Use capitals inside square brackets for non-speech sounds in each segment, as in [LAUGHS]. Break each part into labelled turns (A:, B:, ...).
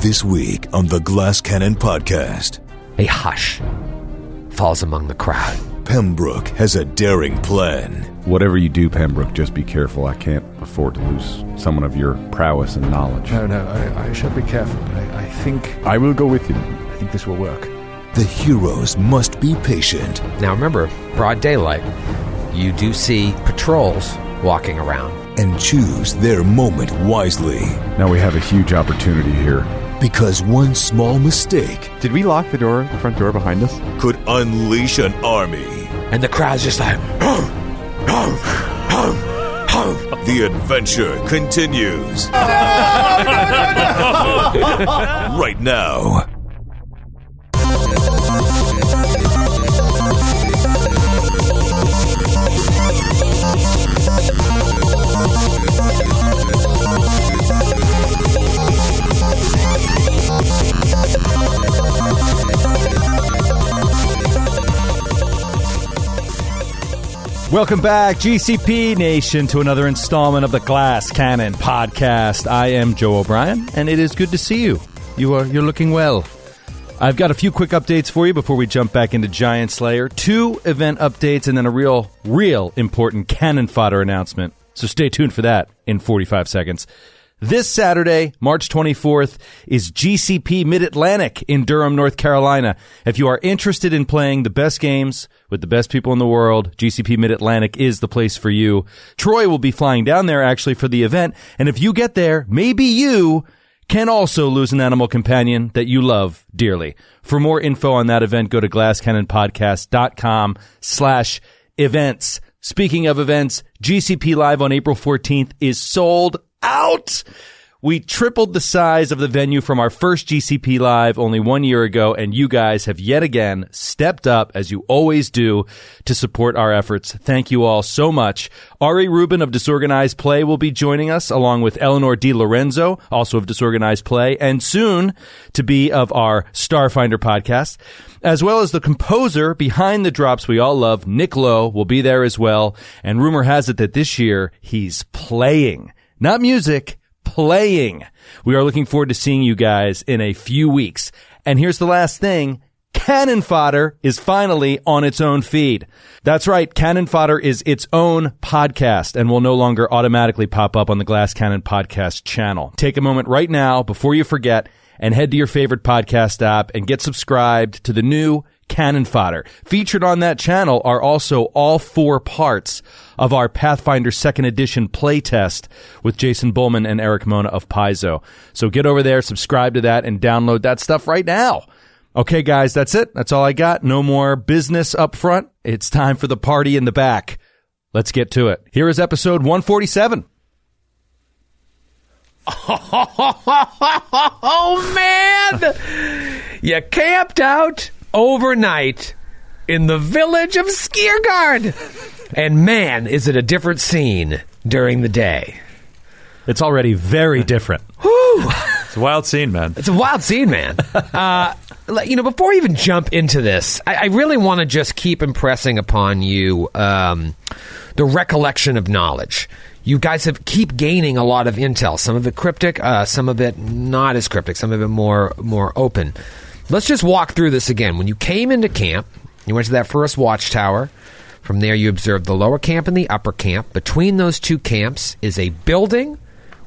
A: This week on the Glass Cannon podcast,
B: A hush falls among the crowd.
A: Pembroke has a daring plan.
C: Whatever you do, Pembroke, just be careful. I can't afford to lose someone of your prowess and knowledge.
D: No, no, I, I shall be careful. I, I think
C: I will go with you.
D: I think this will work.
A: The heroes must be patient.
B: Now remember, broad daylight, you do see patrols walking around.
A: and choose their moment wisely
C: Now we have a huge opportunity here.
A: because one small mistake
E: Did we lock the door, the front door behind us?
A: could unleash an army.
B: And the crowd's just like,
A: The adventure continues. right now.
F: Welcome back, GCP Nation, to another installment of the Glass Cannon Podcast. I am Joe O'Brien, and it is good to see you. You are you're looking well. I've got a few quick updates for you before we jump back into Giant Slayer. Two event updates, and then a real, real important cannon fodder announcement. So stay tuned for that in 45 seconds. This Saturday, March 24th, is GCP Mid Atlantic in Durham, North Carolina. If you are interested in playing the best games with the best people in the world, GCP Mid Atlantic is the place for you. Troy will be flying down there actually for the event. And if you get there, maybe you can also lose an animal companion that you love dearly. For more info on that event, go to glasscannonpodcast.com slash events. Speaking of events, GCP Live on April 14th is sold out. We tripled the size of the venue from our first GCP Live only one year ago, and you guys have yet again stepped up, as you always do, to support our efforts. Thank you all so much. Ari Rubin of Disorganized Play will be joining us, along with Eleanor Di Lorenzo, also of Disorganized Play, and soon to be of our Starfinder podcast, as well as the composer behind the drops we all love, Nick Lowe, will be there as well. And rumor has it that this year he's playing, not music playing. We are looking forward to seeing you guys in a few weeks. And here's the last thing. Cannon Fodder is finally on its own feed. That's right. Cannon Fodder is its own podcast and will no longer automatically pop up on the Glass Cannon podcast channel. Take a moment right now before you forget and head to your favorite podcast app and get subscribed to the new Cannon Fodder. Featured on that channel are also all four parts of our Pathfinder Second Edition playtest with Jason Bowman and Eric Mona of Paizo. So get over there, subscribe to that, and download that stuff right now. Okay, guys, that's it. That's all I got. No more business up front. It's time for the party in the back. Let's get to it. Here is episode 147.
G: [LAUGHS] Oh man! you camped out overnight in the village of Skiergard. And man, is it a different scene during the day.
F: It's already [LAUGHS] very different.
E: It's a wild scene, man.
G: It's a wild scene, man. Uh, like, you know, before I even jump into this, I, I really want to just keep impressing upon you um, the recollection of knowledge. You guys have keep gaining a lot of intel. Some of it cryptic, uh, some of it not as cryptic, some of it more more open. Let's just walk through this again. When you came into camp, you went to that first watchtower. From there, you observed the lower camp and the upper camp. Between those two camps is a building,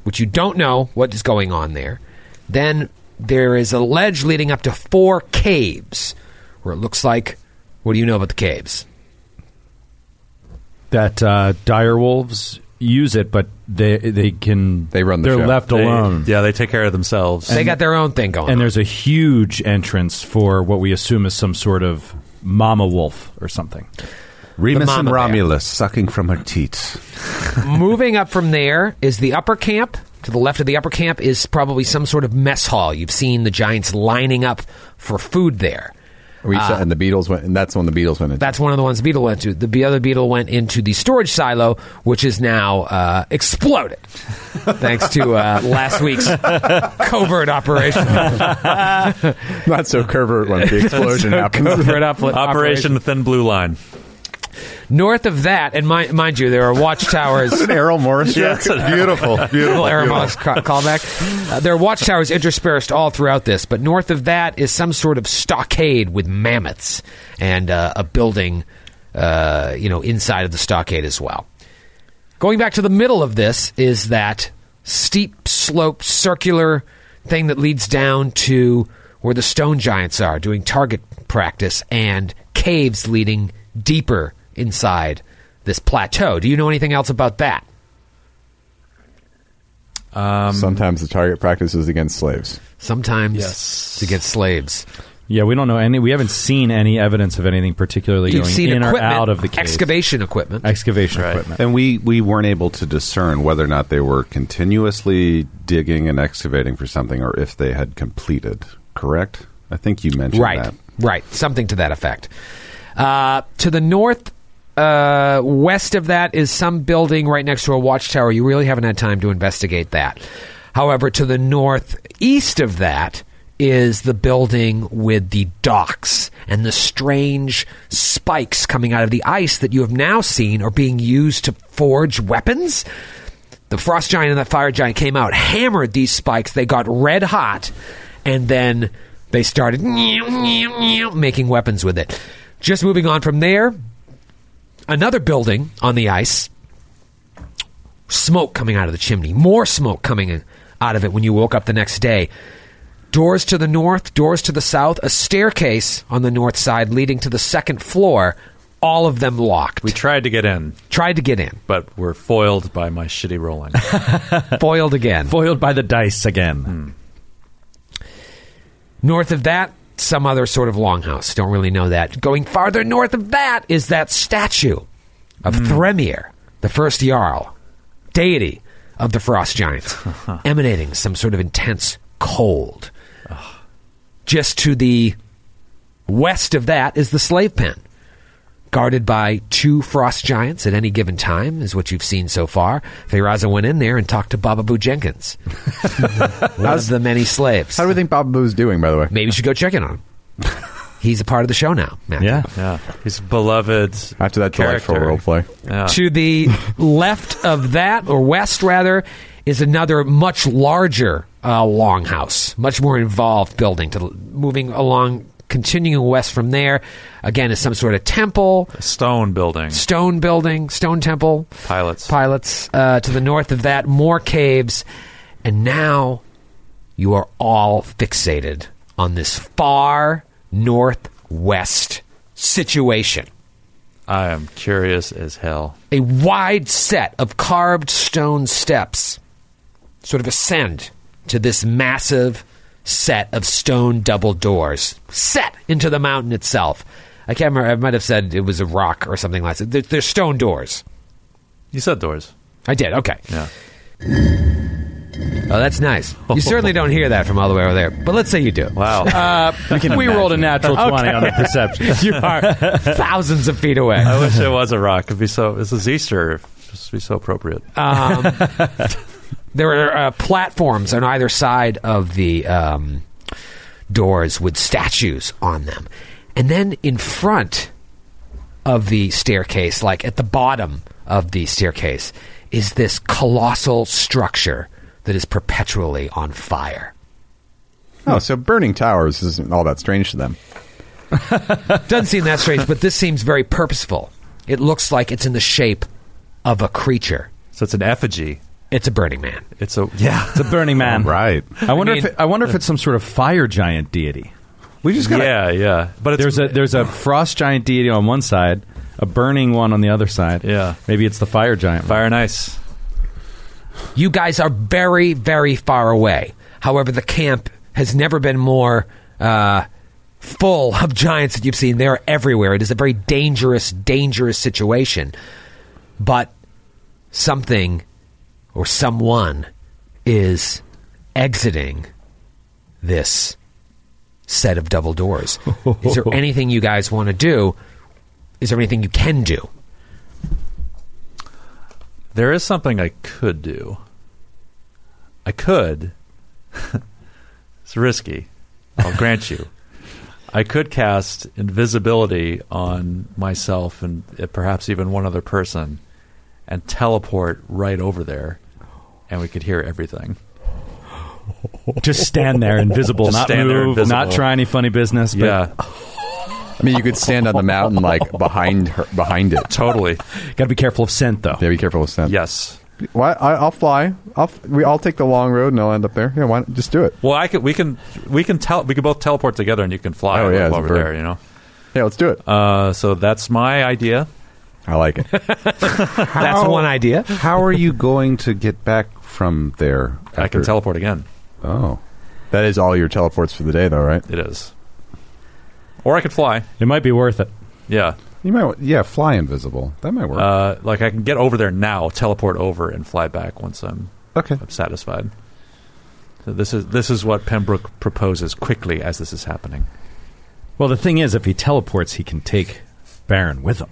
G: which you don't know what is going on there. Then there is a ledge leading up to four caves, where it looks like What do you know about the caves?
D: that uh, dire wolves use it, but they they can they run.
F: the
D: they're
F: show.
D: left
F: They-
D: alone.
F: yeah, they take care of themselves.
G: They got their own thing going
D: And there's a huge entrance for what we assume is some sort of mama wolf or something.
C: Remus and
G: mama bear.
C: Romulus sucking from her teats.
G: Moving up from there is the upper camp. To the left of the upper camp is probably some sort of mess hall. You've seen the giants lining up for food there.
H: We
G: Uh,
H: said, and the Beatles went, and that's when the Beatles went. Into.
G: That's one of the ones the beetle went to. The, the other beetle went into the storage silo, which is now uh, exploded, thanks to uh, last week's [LAUGHS] covert operation.
H: Not so covert
C: [LAUGHS]
H: when the explosion
G: So
H: happens.
G: covert op-
F: Operation Thin Blue Line.
G: North of that, and mi- mind you, there are watchtowers.
H: an Errol Morris
F: Yeah, joke. it's an- Beautiful, [LAUGHS]
G: Little Errol Morris ca- callback. Uh, there are watchtowers interspersed all throughout this, but north of that is some sort of stockade with mammoths and uh, a building, uh, you know, inside of the stockade as well. Going back to the middle of this is that steep slope, circular thing that leads down to where the stone giants are doing target practice and caves leading deeper inside this plateau. Do you know anything else about that?
C: Um,
H: Sometimes the target practice is against slaves.
G: Sometimes
D: Yes.
G: to get slaves.
D: Yeah, we don't know any. We haven't seen any evidence of anything particularly
G: You've
D: going
G: seen
D: in or
G: equipment,
D: out of the cave.
G: excavation equipment.
D: excavation equipment.
C: And we, we weren't able to discern whether or not they were continuously digging and excavating for something or if they had completed, correct? I think you mentioned
G: right,
C: that.
G: right, something to that effect. Uh, to the north. Uh, west of that is some building right next to a watchtower. You really haven't had time to investigate that. However, to the northeast of that is the building with the docks and the strange spikes coming out of the ice that you have now seen are being used to forge weapons. the frost giant and the fire giant came out, hammered these spikes. They got red hot, and then they started making weapons with it. Just moving on from there, another building on the ice. Smoke coming out of the chimney. More smoke coming in- out of it when you woke up the next day. Doors to the north, doors to the south, a staircase on the north side leading to the second floor, all of them locked.
F: We tried to get in,
G: Tried to get in,
F: but were foiled by my shitty rolling.
G: foiled again.
D: [LAUGHS] Foiled by the dice again.
F: Hmm.
G: North of that, some other sort of longhouse. Don't really know that. Going farther north of that is that statue of
H: Hmm.
G: Thremir, the first Jarl, deity of the
H: [LAUGHS]
G: Frost Giants, emanating some sort of intense cold. Just to the west of that is the slave pen. Guarded by two frost giants at any given time is what you've seen so far. Feyraza went in there and talked to
H: [LAUGHS]
G: Bababoo Jenkins, one of the many slaves.
H: How do we think Bob Boo's doing, by the way?
G: Maybe you should go check in on him. He's a part of the show now. Matthew.
D: Yeah.
F: yeah, he's beloved.
H: After that delightful
F: character.
H: roleplay.
F: Yeah.
G: To the left of that, or west rather, is another much larger uh, longhouse, much more involved building. To moving along, continuing west from there, again is some sort of temple,
F: Stone building.
G: stone building, stone temple.
F: Pilots.
G: pilots uh, to the north of that more caves and now you are all fixated on this far northwest situation
F: I am curious as hell.
G: a wide set of carved stone steps sort of ascend to this massive set of stone double doors set into the mountain itself i can't remember i might have said it was a rock or something like that They're- they're stone doors
F: You said doors.
G: I did. Okay.
F: Yeah.
G: Oh, that's nice. You certainly don't hear that from all the way over there, but let's say you do.
F: Wow.
D: Uh, we rolled a natural twenty on the perception. [LAUGHS]
G: You are thousands of feet away.
F: I wish it was a rock. It'd be so. This is Easter. It'd just be so appropriate.
D: Uh,
G: Um, There are uh, platforms on either side of the um, doors with statues on them. And then in front of the staircase, like at the bottom of the staircase, is this colossal structure that is perpetually on fire.
H: Oh, so burning towers isn't all that strange to them.
G: Doesn't seem that strange, but this seems very purposeful. It looks like it's in the shape of a creature.
F: so it's an effigy.
G: It's a Burning Man.
F: It's a yeah.
H: [LAUGHS]
F: [LAUGHS]
D: It's a Burning Man,
C: Right.
D: I wonder
G: I mean-
D: if it, I wonder if it's some sort of fire giant deity.
C: We just
D: got
F: yeah, yeah. But
D: there's a there's a frost giant deity on one side, a burning one on the other side. Yeah, maybe it's the fire giant. Fire
F: and ice.
G: You guys are very, very far away. However, the camp has never been more uh, full of giants that you've seen. They are everywhere. It is a very dangerous, dangerous situation. But something or someone is exiting this set of double doors. is
D: [LAUGHS]
G: there anything you guys want to do? Is there anything you can do?
F: There is something I could do. I could. [LAUGHS] it's risky. I'll grant you. I could cast invisibility on myself and uh, perhaps even one other person and teleport right over there, and we could hear everything.
D: Just stand there, invisible,
F: Just
D: not
F: stand there,
D: move,
F: invisible.
D: not try any funny business. But
F: Yeah.
H: I mean, you could stand on the mountain
D: [LAUGHS]
H: like behind her, behind it.
F: Totally.
D: Got to be careful of scent, though.
H: Yeah, be careful with scent.
F: Yes.
H: Why? I, I'll fly. I'll f- we. I'll take the long road and I'll end up there. Yeah. Why? not? Just do it.
F: Well, I could. We can. We can tell. We can both teleport together, and you can fly
H: Oh, yeah, as a
F: over
H: bird.
F: there. You know.
H: Yeah. Let's do it.
F: Uh, so that's my idea.
H: I like
D: [LAUGHS]
H: it.
G: That's one idea.
C: How are you going to get back from there?
F: I can teleport again.
C: Oh,
H: that is all your teleports for the day, though, right?
F: It is. Or I could fly.
D: It might be worth it.
F: Yeah.
C: You might. wa- Yeah, fly invisible. That might work.
F: Uh, like I can get over there now, teleport over, and fly back once I'm
C: okay.
F: I'm satisfied. So this is this is what Pembroke proposes quickly as this is happening.
D: Well, the thing is, if he teleports, he can take Baron with him.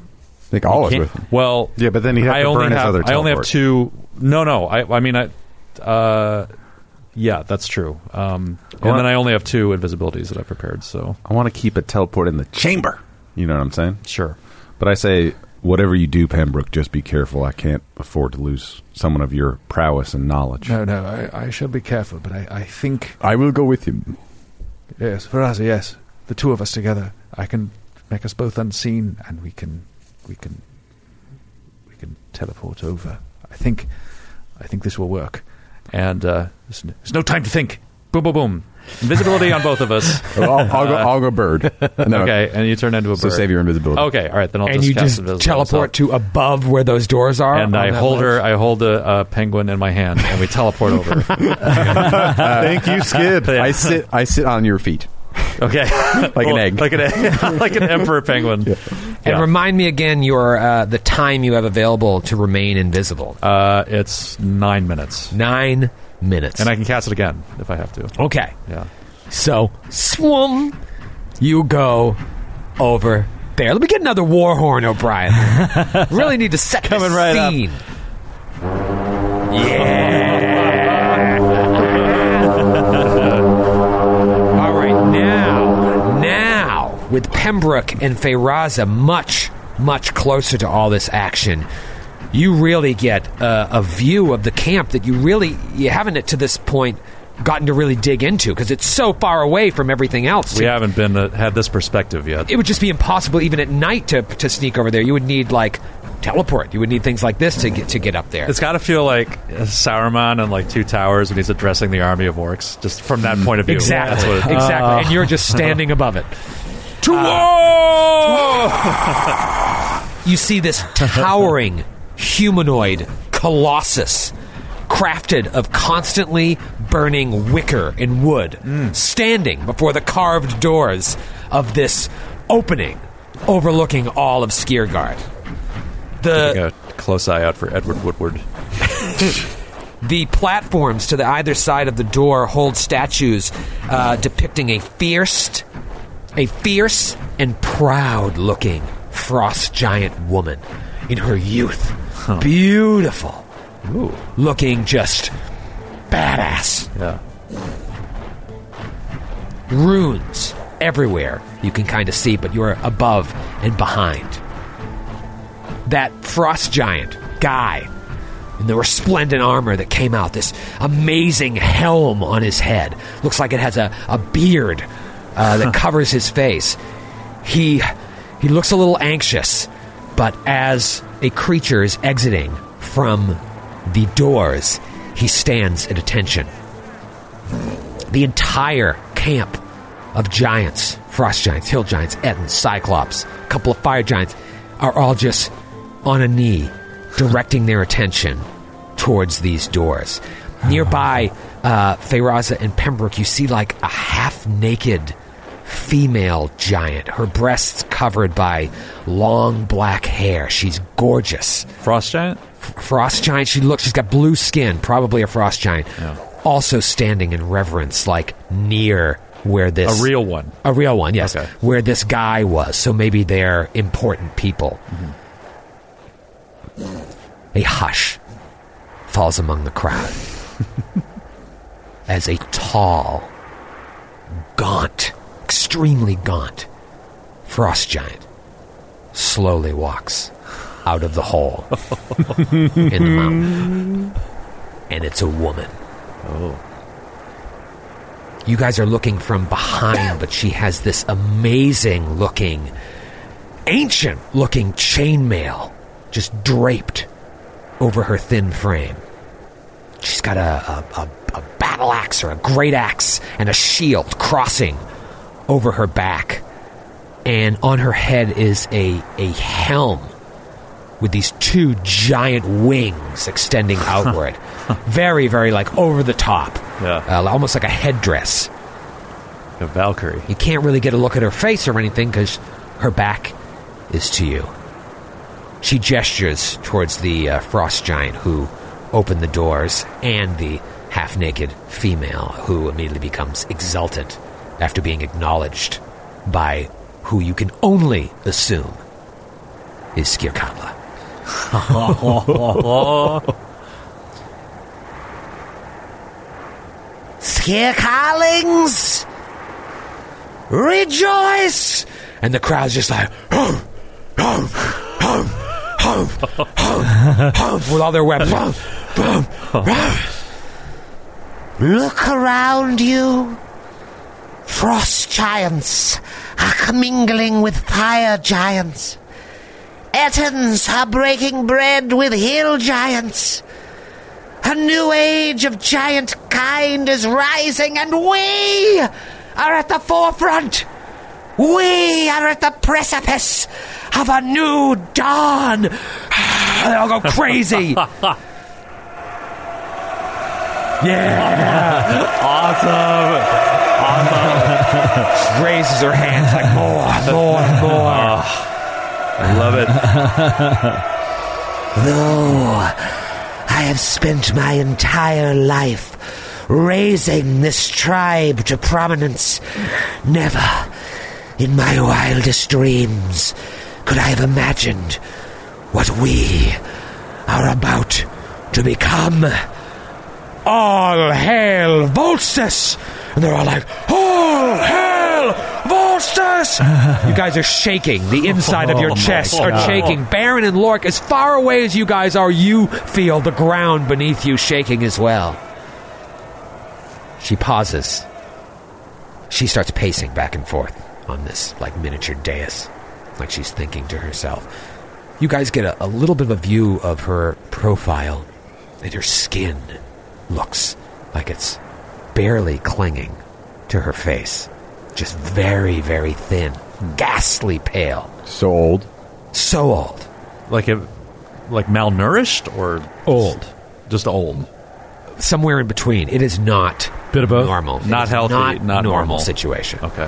H: Take all
D: of
H: of
D: us
H: us
D: with
H: with
F: Well,
C: yeah, but then he'd have
F: I
C: to
F: only
C: burn his
F: have
C: other
F: I only have
C: teleport.
F: two. No, no. I I mean I. Uh, yeah, that's true. Um, and
C: Well-
F: then I only have two invisibilities that I prepared. So
C: I want to keep a teleport in the chamber. You know what I'm saying?
F: Sure.
C: But I say, whatever you do, Pembroke, just be careful. I can't afford to lose someone of your prowess and knowledge.
I: No, no, I, I shall be careful, but I, I think.
H: I will go with you.
I: Yes, Veraza, yes. The two of us together. I can make us both unseen and we can. We can. We can teleport over. I think. I think this will work.
F: and uh, there's, n- there's no time to think. Boom, boom, boom. Invisibility on both
C: [LAUGHS]
F: of us.
H: Well, Oh, I'll, I'll, go, I'll go bird. No.
F: Okay, and you turn into a
H: So
F: bird.
H: save your invisibility.
F: Okay, all right. Then I'll
G: and
F: just
G: you
F: cast
G: just
F: invisibility
G: teleport
F: myself.
G: to above where those doors are.
F: and
G: on
F: I
G: that
F: hold her.
G: ledge?
F: I hold a, a penguin in my hand, and we teleport
G: [LAUGHS]
F: over. [LAUGHS]
H: Thank you, Skid. I sit. I sit on your feet.
F: Okay, [LAUGHS] like
H: an egg.
F: like an egg, [LAUGHS] like an emperor penguin.
G: And
F: Yeah.
G: remind me again your uh, the time you have available to remain invisible.
F: Uh, it's nine minutes,
G: Nine minutes.
F: and I can cast it again if I have to.
G: okay.
F: Yeah.
G: So swum, you go over there. Let me get another war horn,
F: [LAUGHS]
G: O'Brien. really need to set
D: Coming
G: the
D: right up.
G: scene. Yeah. All right, now, now with Pembroke and Feyraza much, much closer to all this action. You really get uh, a view of the camp that you really you haven't to this point gotten to really dig into because it's so far away from everything else.
F: We haven't been uh, had this perspective yet.
G: It would just be impossible even at night to to sneak over there. You would need like teleport. You would need things like this to get to get up there.
F: It's got to feel like Sauron and like Two Towers when he's addressing the army of orcs, just from that point of view. That's
G: Mm. Exactly.
F: what it- Uh,
G: exactly. and you're just standing above it. Uh, To [LAUGHS] you see this towering humanoid colossus crafted of constantly burning wicker and wood
F: Mm.
G: standing before the carved doors of this opening overlooking all of Skiergard. The
F: Keeping a close eye out for Edward Woodward.
G: the platforms to the either side of the door hold statues uh, depicting a fierce, a fierce and proud-looking frost giant woman in her youth, beautiful, looking just badass.
F: Yeah.
G: Runes everywhere you can kind of see, but you're above and behind. That frost giant guy in the resplendent armor that came out, this amazing helm on his head. Looks like it has a, a beard uh, that covers his face. He, he looks a little anxious, but as a creature is exiting from the doors, he stands at attention. The entire camp of giants frost giants, hill giants, Ettin, Cyclops, a couple of fire giants are all just on a knee, directing their attention towards these doors. Nearby uh, Feyraza and Pembroke, you see like a half naked female giant, her breasts covered by long black hair. She's gorgeous.
F: Frost giant?
G: frost giant. She looks, she's got blue skin, probably a frost giant. Also standing in reverence, like near where this.
F: A real one.
G: A real one, yes. Where this guy was. So maybe they're important people. A hush falls among the crowd as a tall, gaunt, extremely gaunt frost giant slowly walks out of the hole in the mountain. And it's a woman. Oh. You guys are looking from behind, but she has this amazing looking, ancient looking chainmail just draped over her thin frame. She's got a, a, a, a battle axe or a great axe and a shield crossing over her back. And on her head is a, a helm with these two giant wings extending outward. very, very like over the top. Yeah. Uh, almost like a headdress.
F: A Valkyrie.
G: You can't really get a look at her face or anything because her back is to you. She gestures towards the uh, frost giant who opened the doors and the half naked female who immediately becomes exultant after being acknowledged by who you can only assume is Skirkatla. Skirkalings! Rejoice! And the crowd's just like, "Humph, humph, humph, humph, humph, humph," with all their weapons. Humph, humph, humph. Look around you.
J: Frost giants are commingling with fire giants. Ettins are breaking bread with hill giants. A new age of giant kind is rising, and we are at the forefront. We are at the precipice of a new dawn. [SIGHS] they all go crazy.
F: Yeah. awesome.
G: Awesome. [LAUGHS] Raises her hands like more,
F: [LAUGHS]
G: more, more.
F: Ah, I love [LAUGHS] it.
J: Though I have spent my entire life raising this tribe to prominence, never in my wildest dreams could I have imagined what we are about to become. All hail Volstis!
G: And they're all like, All hail Volstis!
J: [LAUGHS]
G: you guys are shaking. The inside of your
J: Oh, my
G: chests are
J: God.
G: shaking. Baron and Lork, as far away as you guys are, you feel the ground beneath you shaking as well. She pauses. She starts pacing back and forth on this, like, miniature dais, like she's thinking to herself. You guys get a, a little bit of a view of her profile, and her skin looks like it's barely clinging to her face. Just very, very thin, ghastly pale.
C: So old.
G: So old.
F: Like a, like malnourished or old? Just old.
G: Somewhere in between. It is not
F: Bit of both?
G: normal. It
F: Not
G: is
F: healthy,
G: Not,
F: not
G: normal,
F: normal.
G: situation.
F: Okay.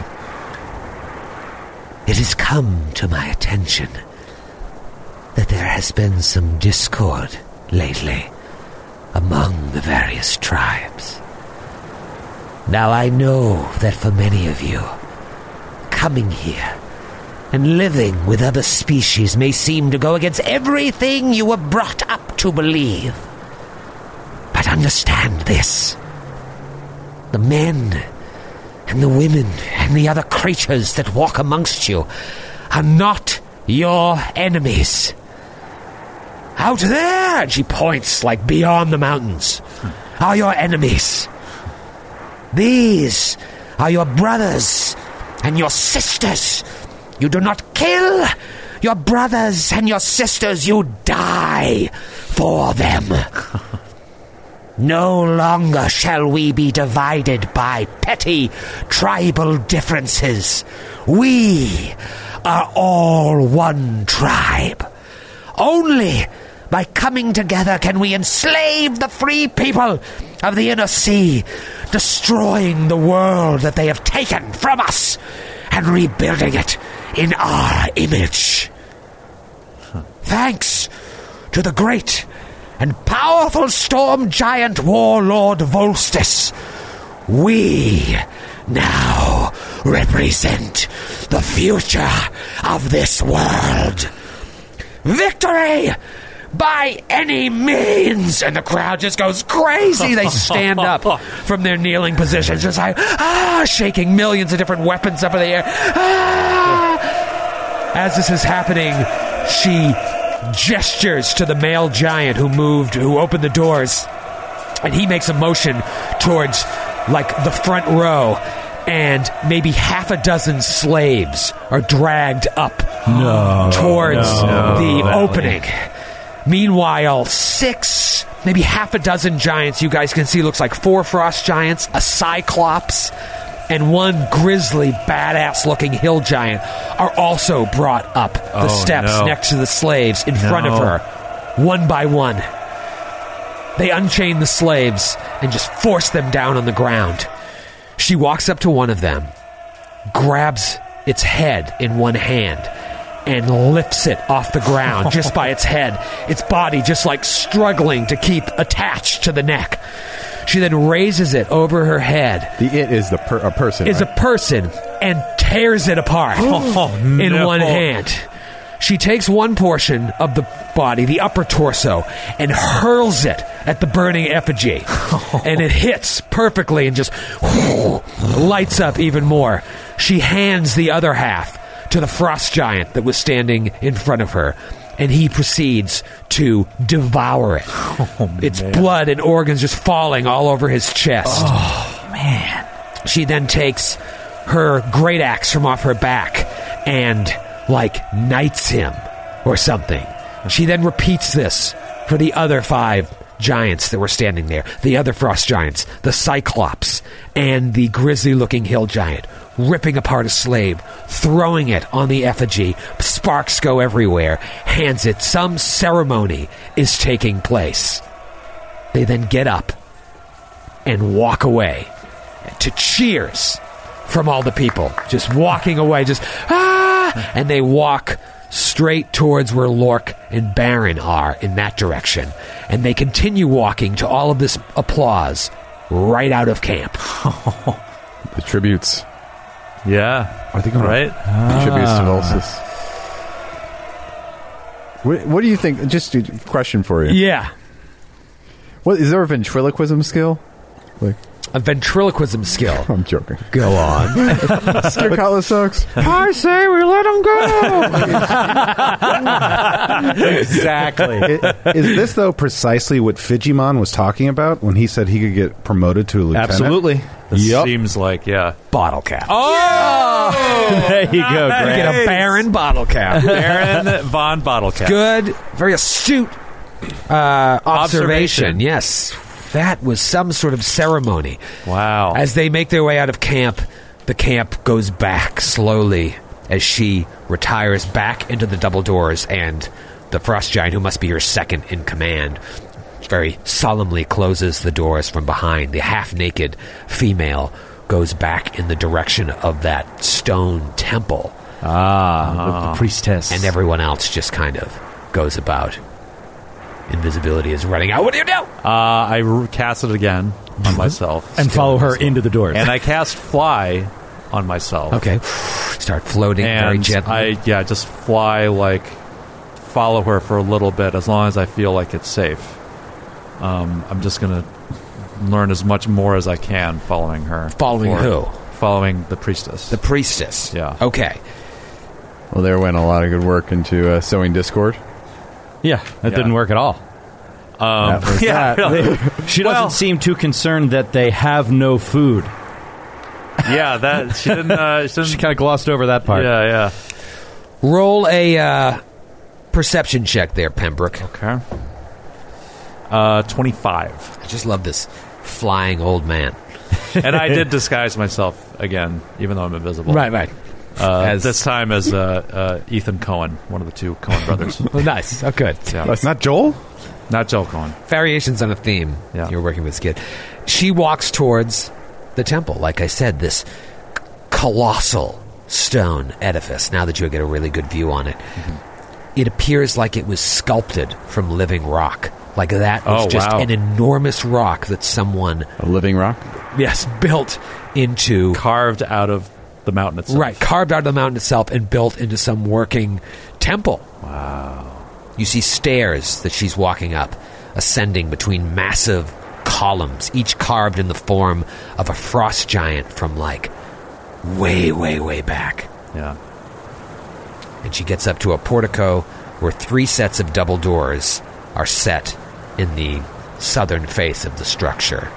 J: It has come to my attention that there has been some discord lately among the various tribes. Now I know that for many of you, coming here and living with other species may seem to go against everything you were brought up to believe. But understand this the men and the women and the other creatures that walk amongst you are not your enemies.
G: Out there, and she points like beyond the mountains,
J: are your enemies. These are your brothers and your sisters. You do not kill your brothers and your sisters, you die for them. No longer shall we be divided by petty tribal differences. We are all one tribe. Only by coming together can we enslave the free people of the inner sea, destroying the world that they have taken from us and rebuilding it in our image. Thanks to the great and powerful storm giant warlord Volstis, we now represent the future of this world. Victory! By any means! And the crowd just goes crazy. They stand up from their kneeling positions, just like, ah, shaking millions of different weapons up in the air. Ah! As this is happening, she gestures to the male giant who moved, who opened the doors,
G: and he makes a motion towards like the front row and maybe half a dozen slaves are dragged up towards
J: No.
G: the
J: No.
G: opening meanwhile six maybe half a dozen giants you guys can see looks like four frost giants a cyclops and one grizzly badass looking hill giant are also brought up the
F: Oh,
G: steps
F: no.
G: next to the slaves in front of
F: No.
G: her one by one they unchain the slaves and just force them down on the ground. She walks up to one of them, grabs its head in one hand, and lifts it off the ground just by its head, its body just like struggling to keep attached to the neck. She then raises it over her head.
K: The it is the per- a person.
G: Is
K: right?
G: a person and tears it apart
K: Oh,
G: [LAUGHS] in
K: no.
G: one hand. She takes one portion of the body, the upper torso, and hurls it at the burning
K: [LAUGHS]
G: effigy. and it hits perfectly and just [LAUGHS] lights up even more. She hands the other half to the frost giant that was standing in front of her. And he proceeds to devour
K: [LAUGHS]
G: it.
K: Oh,
G: its blood and organs just falling all over his
K: Oh.
G: chest. She then takes her great axe from off her back and, like, knights him or something. She then repeats this for the other five giants that were standing there the other frost giants, the cyclops, and the grizzly looking hill giant, ripping apart a slave, throwing it on the effigy. Sparks go everywhere, hands it. Some ceremony is taking place. They then get up and walk away to cheers from all the people. Just walking away, just ah! And they walk straight towards where Lork and Baron are in that direction. And they continue walking to all of this applause right out of camp.
C: The tributes.
F: Yeah.
C: Are they going
F: Right?
K: Ah.
C: Tributes to
K: Volstis. What, what do you think? Just a question for
D: [LAUGHS]
K: you.
G: Yeah.
K: What is there a ventriloquism skill? Like
G: a ventriloquism skill?
K: I'm joking.
G: [LAUGHS] Go on.
K: Your cutlass [LAUGHS] sucks.
J: I say we let him
G: [LAUGHS]
J: go.
K: exactly. Is this though precisely what Fijimon was talking about when he said he could get promoted to a lieutenant?
F: Absolutely. It
K: Yep.
F: seems like, yeah.
G: Bottle cap.
F: Oh!
G: there you
F: go, Grant.
G: Get a Baron bottle cap.
F: Baron [LAUGHS] Von Bottlecap.
G: Good, very astute uh, observation.
F: Observation.
G: Yes, that was some sort of ceremony.
F: Wow.
G: As they make their way out of camp, the camp goes back slowly as she retires back into the double doors, and the frost giant, who must be her second in command, very solemnly closes the doors from behind. The half naked female goes back in the direction of that stone temple. Ah,
D: the priestess.
G: And everyone else just kind of goes about. Invisibility is running out. What do you do? Uh,
F: I r- cast it again on myself.
D: And follow her into the doors.
F: And I cast fly on myself.
G: Okay. Start floating
F: and
G: very gently.
F: I, yeah, just fly, like, follow her for a little bit as long as I feel like it's safe. Um, I'm just going to learn as much more as I can following her.
G: Following who?
F: Following the priestess. The
G: priestess.
F: Yeah.
G: Okay.
K: Well, there went a lot of good work into uh, sowing discord.
D: Yeah, that didn't work at all.
K: That
D: [LAUGHS]
K: was
F: yeah,
K: that. really.
D: she doesn't seem too concerned that they have no food.
F: Yeah, that she didn't. Uh,
G: [LAUGHS]
F: she didn't
D: kind of glossed over that part.
F: Yeah, yeah.
G: Roll a uh, perception check there, Pembroke.
F: Okay. Uh, 25.
G: I just love this flying old man.
F: and I did disguise myself again, even though I'm invisible.
G: Right, right.
F: Uh,
G: As-
F: this time as uh, uh, Ethan Cohen, one of the two Cohen
G: [LAUGHS]
F: brothers.
G: nice. Oh, good.
F: That's
G: not Joel?
F: Not Joel Cohen.
G: Variations on a theme. Yeah. You're working with this kid. She walks towards the temple. Like I said, this c- colossal stone edifice. Now that you get a really good view on it, it appears like it was sculpted from living rock. Like that was
L: Oh,
G: just
L: wow.
G: an enormous rock that someone a living rock, yes, built into
F: carved out of the mountain itself.
G: Right, carved out of the mountain itself and built into some working temple. Wow. You see stairs that she's walking up, ascending between massive columns, each carved in the form of a frost giant from like way, way, way back.
F: Yeah.
G: And she gets up to a portico where three sets of double doors are set in the southern face of the structure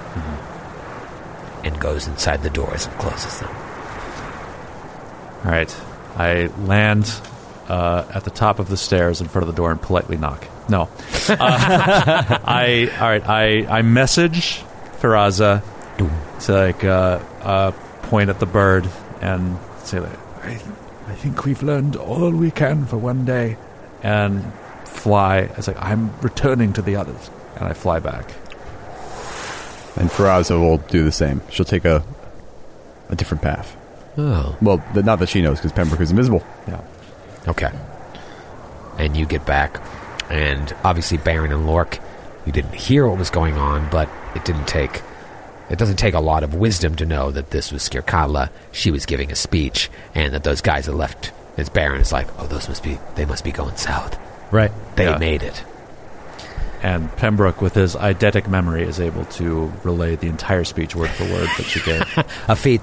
G: and goes inside the doors and closes them.
F: All right. I land uh, at the top of the stairs in front of the door and politely knock. No. [LAUGHS] Uh, I all right. I I message Faraza to like uh, uh, point at the bird and say like,
D: I, I think we've learned all we can for one day.
F: and fly. It's like I'm returning to the others, and I fly back.
C: And Faraza will do the same. She'll take a a different path.
G: Oh.
C: Well, th- not that she knows because Pembroke is invisible.
F: Yeah.
G: Okay. And you get back, and obviously Baron and Lork, you didn't hear what was going on, but it didn't take. It doesn't take a lot of wisdom to know that this was Skirkala. She was giving a speech, and that those guys that left. It's Baron is like, oh, those must be. They must be going south.
F: Right.
G: They made it. [LAUGHS]
F: And Pembroke, with his eidetic memory, is able to relay the entire speech word for word that she gave.
G: a feat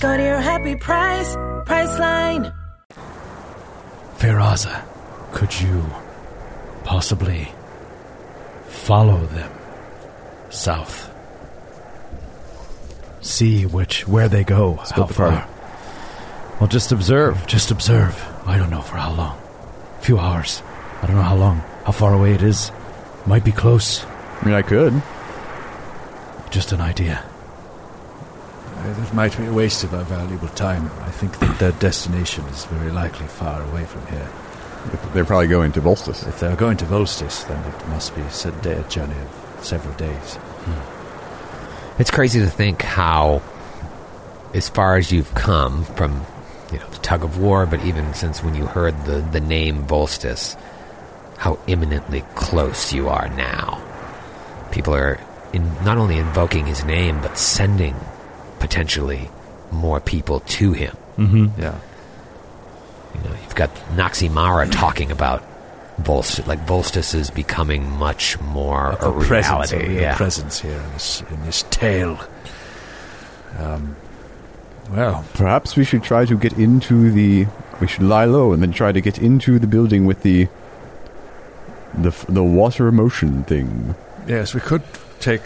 M: Go to your happy price, Priceline.
N: Feraza, could you possibly follow them south? See which where they go, how
O: the
N: far.
O: party. Well, just observe.
N: Just observe. I don't know for how long. A few hours. I don't know how long. How far away it is. Might be close. I mean, I could. Just an idea.
D: Uh, that might be a waste of our valuable time. I think that their destination is very likely far away from here.
C: They're probably going to Volstis.
D: If they're going to Volstis, then it must be a day- a journey of several days.
G: It's crazy to think how, as far as you've come from, you know, the tug of war, but even since when you heard the, the name Volstis, how imminently close you are now. People are in, not only invoking his name, but sending potentially more people to him.
F: Mm-hmm. Yeah.
G: You know, you've got Noximara talking about Volstis, like Volstis is becoming much more a,
D: A presence,
G: reality.
D: a real
G: yeah.
D: presence here in this, in this tale. Um,
C: Well, perhaps we should try to get into the. We should lie low and then try to get into the building with the the f- the water motion thing.
D: yes, we could take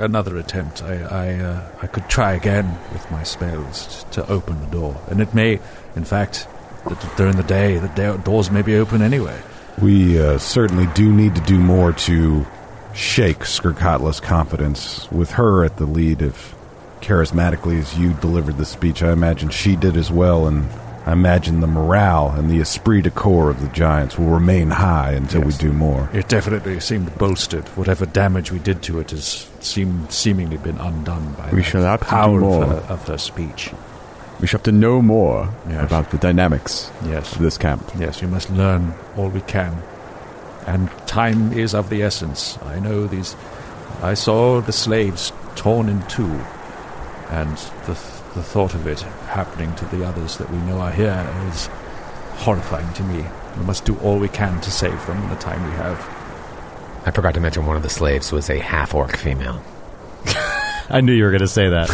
D: another attempt. I, I, uh, I could try again with my spells t- to open the door. And it may, in fact, th- during the day, the da- doors may be open anyway.
A: We uh, certainly do need to do more to shake Skirkatla's confidence. With her at the lead, if charismatically as you delivered the speech, I imagine she did as well, and I imagine the morale and the esprit de corps of the Giants will remain high until we do more.
D: It definitely seemed bolstered. Whatever damage we did to it has seem, seemingly been undone by
C: We
D: the
C: shall have to do
D: power
C: more.
D: Of, her, of her speech.
C: We should have to know more about the dynamics
D: yes.
C: of this camp.
D: Yes, we must learn all we can. And time is of the essence. I know these. I saw the slaves torn in two, and the, th- the thought of it happening to the others that we know are here is horrifying to me. We must do all we can to save them in the time we have.
G: I forgot to mention one of the slaves was a half orc female.
D: I knew you were going to say
F: [LAUGHS]
D: that. I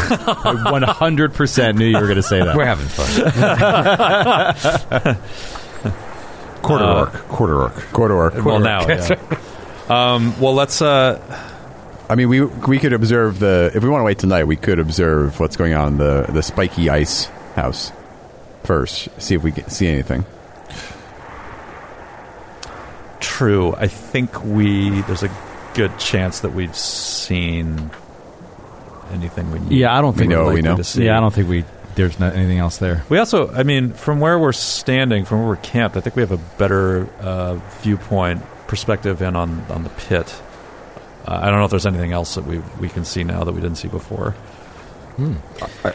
D: 100% knew you were going to say that.
G: We're having
D: fun.
C: Quarter
F: Uh,
C: orc. Quarter orc. Quarter orc.
F: well, now. yeah. um, well, let's. Uh,
P: I mean, we we could observe the. If we want to wait tonight, we could observe what's going on in the the spiky ice house first. See if we get, see anything.
F: True. I think we. There's a good chance that we've seen anything we need.
D: Yeah, I don't think
F: we're likely to see.
D: Yeah, I don't think we. There's not anything else there.
F: We also, I mean, from where we're standing, from where we're camped, I think we have a better uh, viewpoint, perspective, in on on the pit. Uh, I don't know if there's anything else that we we can see now that we didn't see before.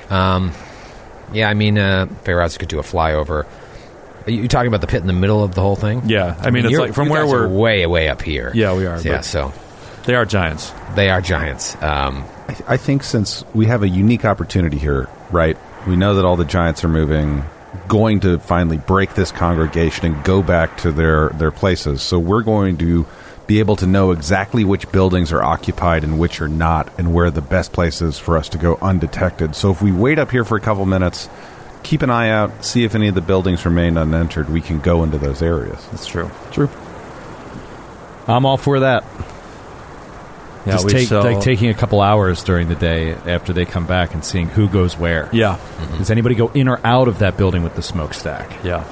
G: Um, [LAUGHS] yeah, I mean, uh, Feyraz could do a flyover. Are you talking about the pit in the middle of the whole thing?
F: Yeah, I mean, it's
G: you're-
F: like from
G: you
F: where
G: guys are
F: we're-
G: way, way up here.
F: Yeah, we are,
G: Yeah,
F: but-
G: so
F: they are giants.
G: They are giants. Um,
C: I, I think since we have a unique opportunity here, right? We know that all the giants are moving, going to finally break this congregation and go back to their their places. So we're going to be able to know exactly which buildings are occupied and which are not, and where the best place is for us to go undetected. So if we wait up here for a couple minutes, keep an eye out, see if any of the buildings remain unentered, we can go into those areas.
F: That's true.
C: True.
D: I'm all for that.
F: Yeah,
D: Just
F: we
D: take,
F: shall-
D: like taking a couple hours during the day after they come back and seeing who goes where.
F: Yeah.
D: Does anybody go in or out of that building with the smokestack?
F: Yeah.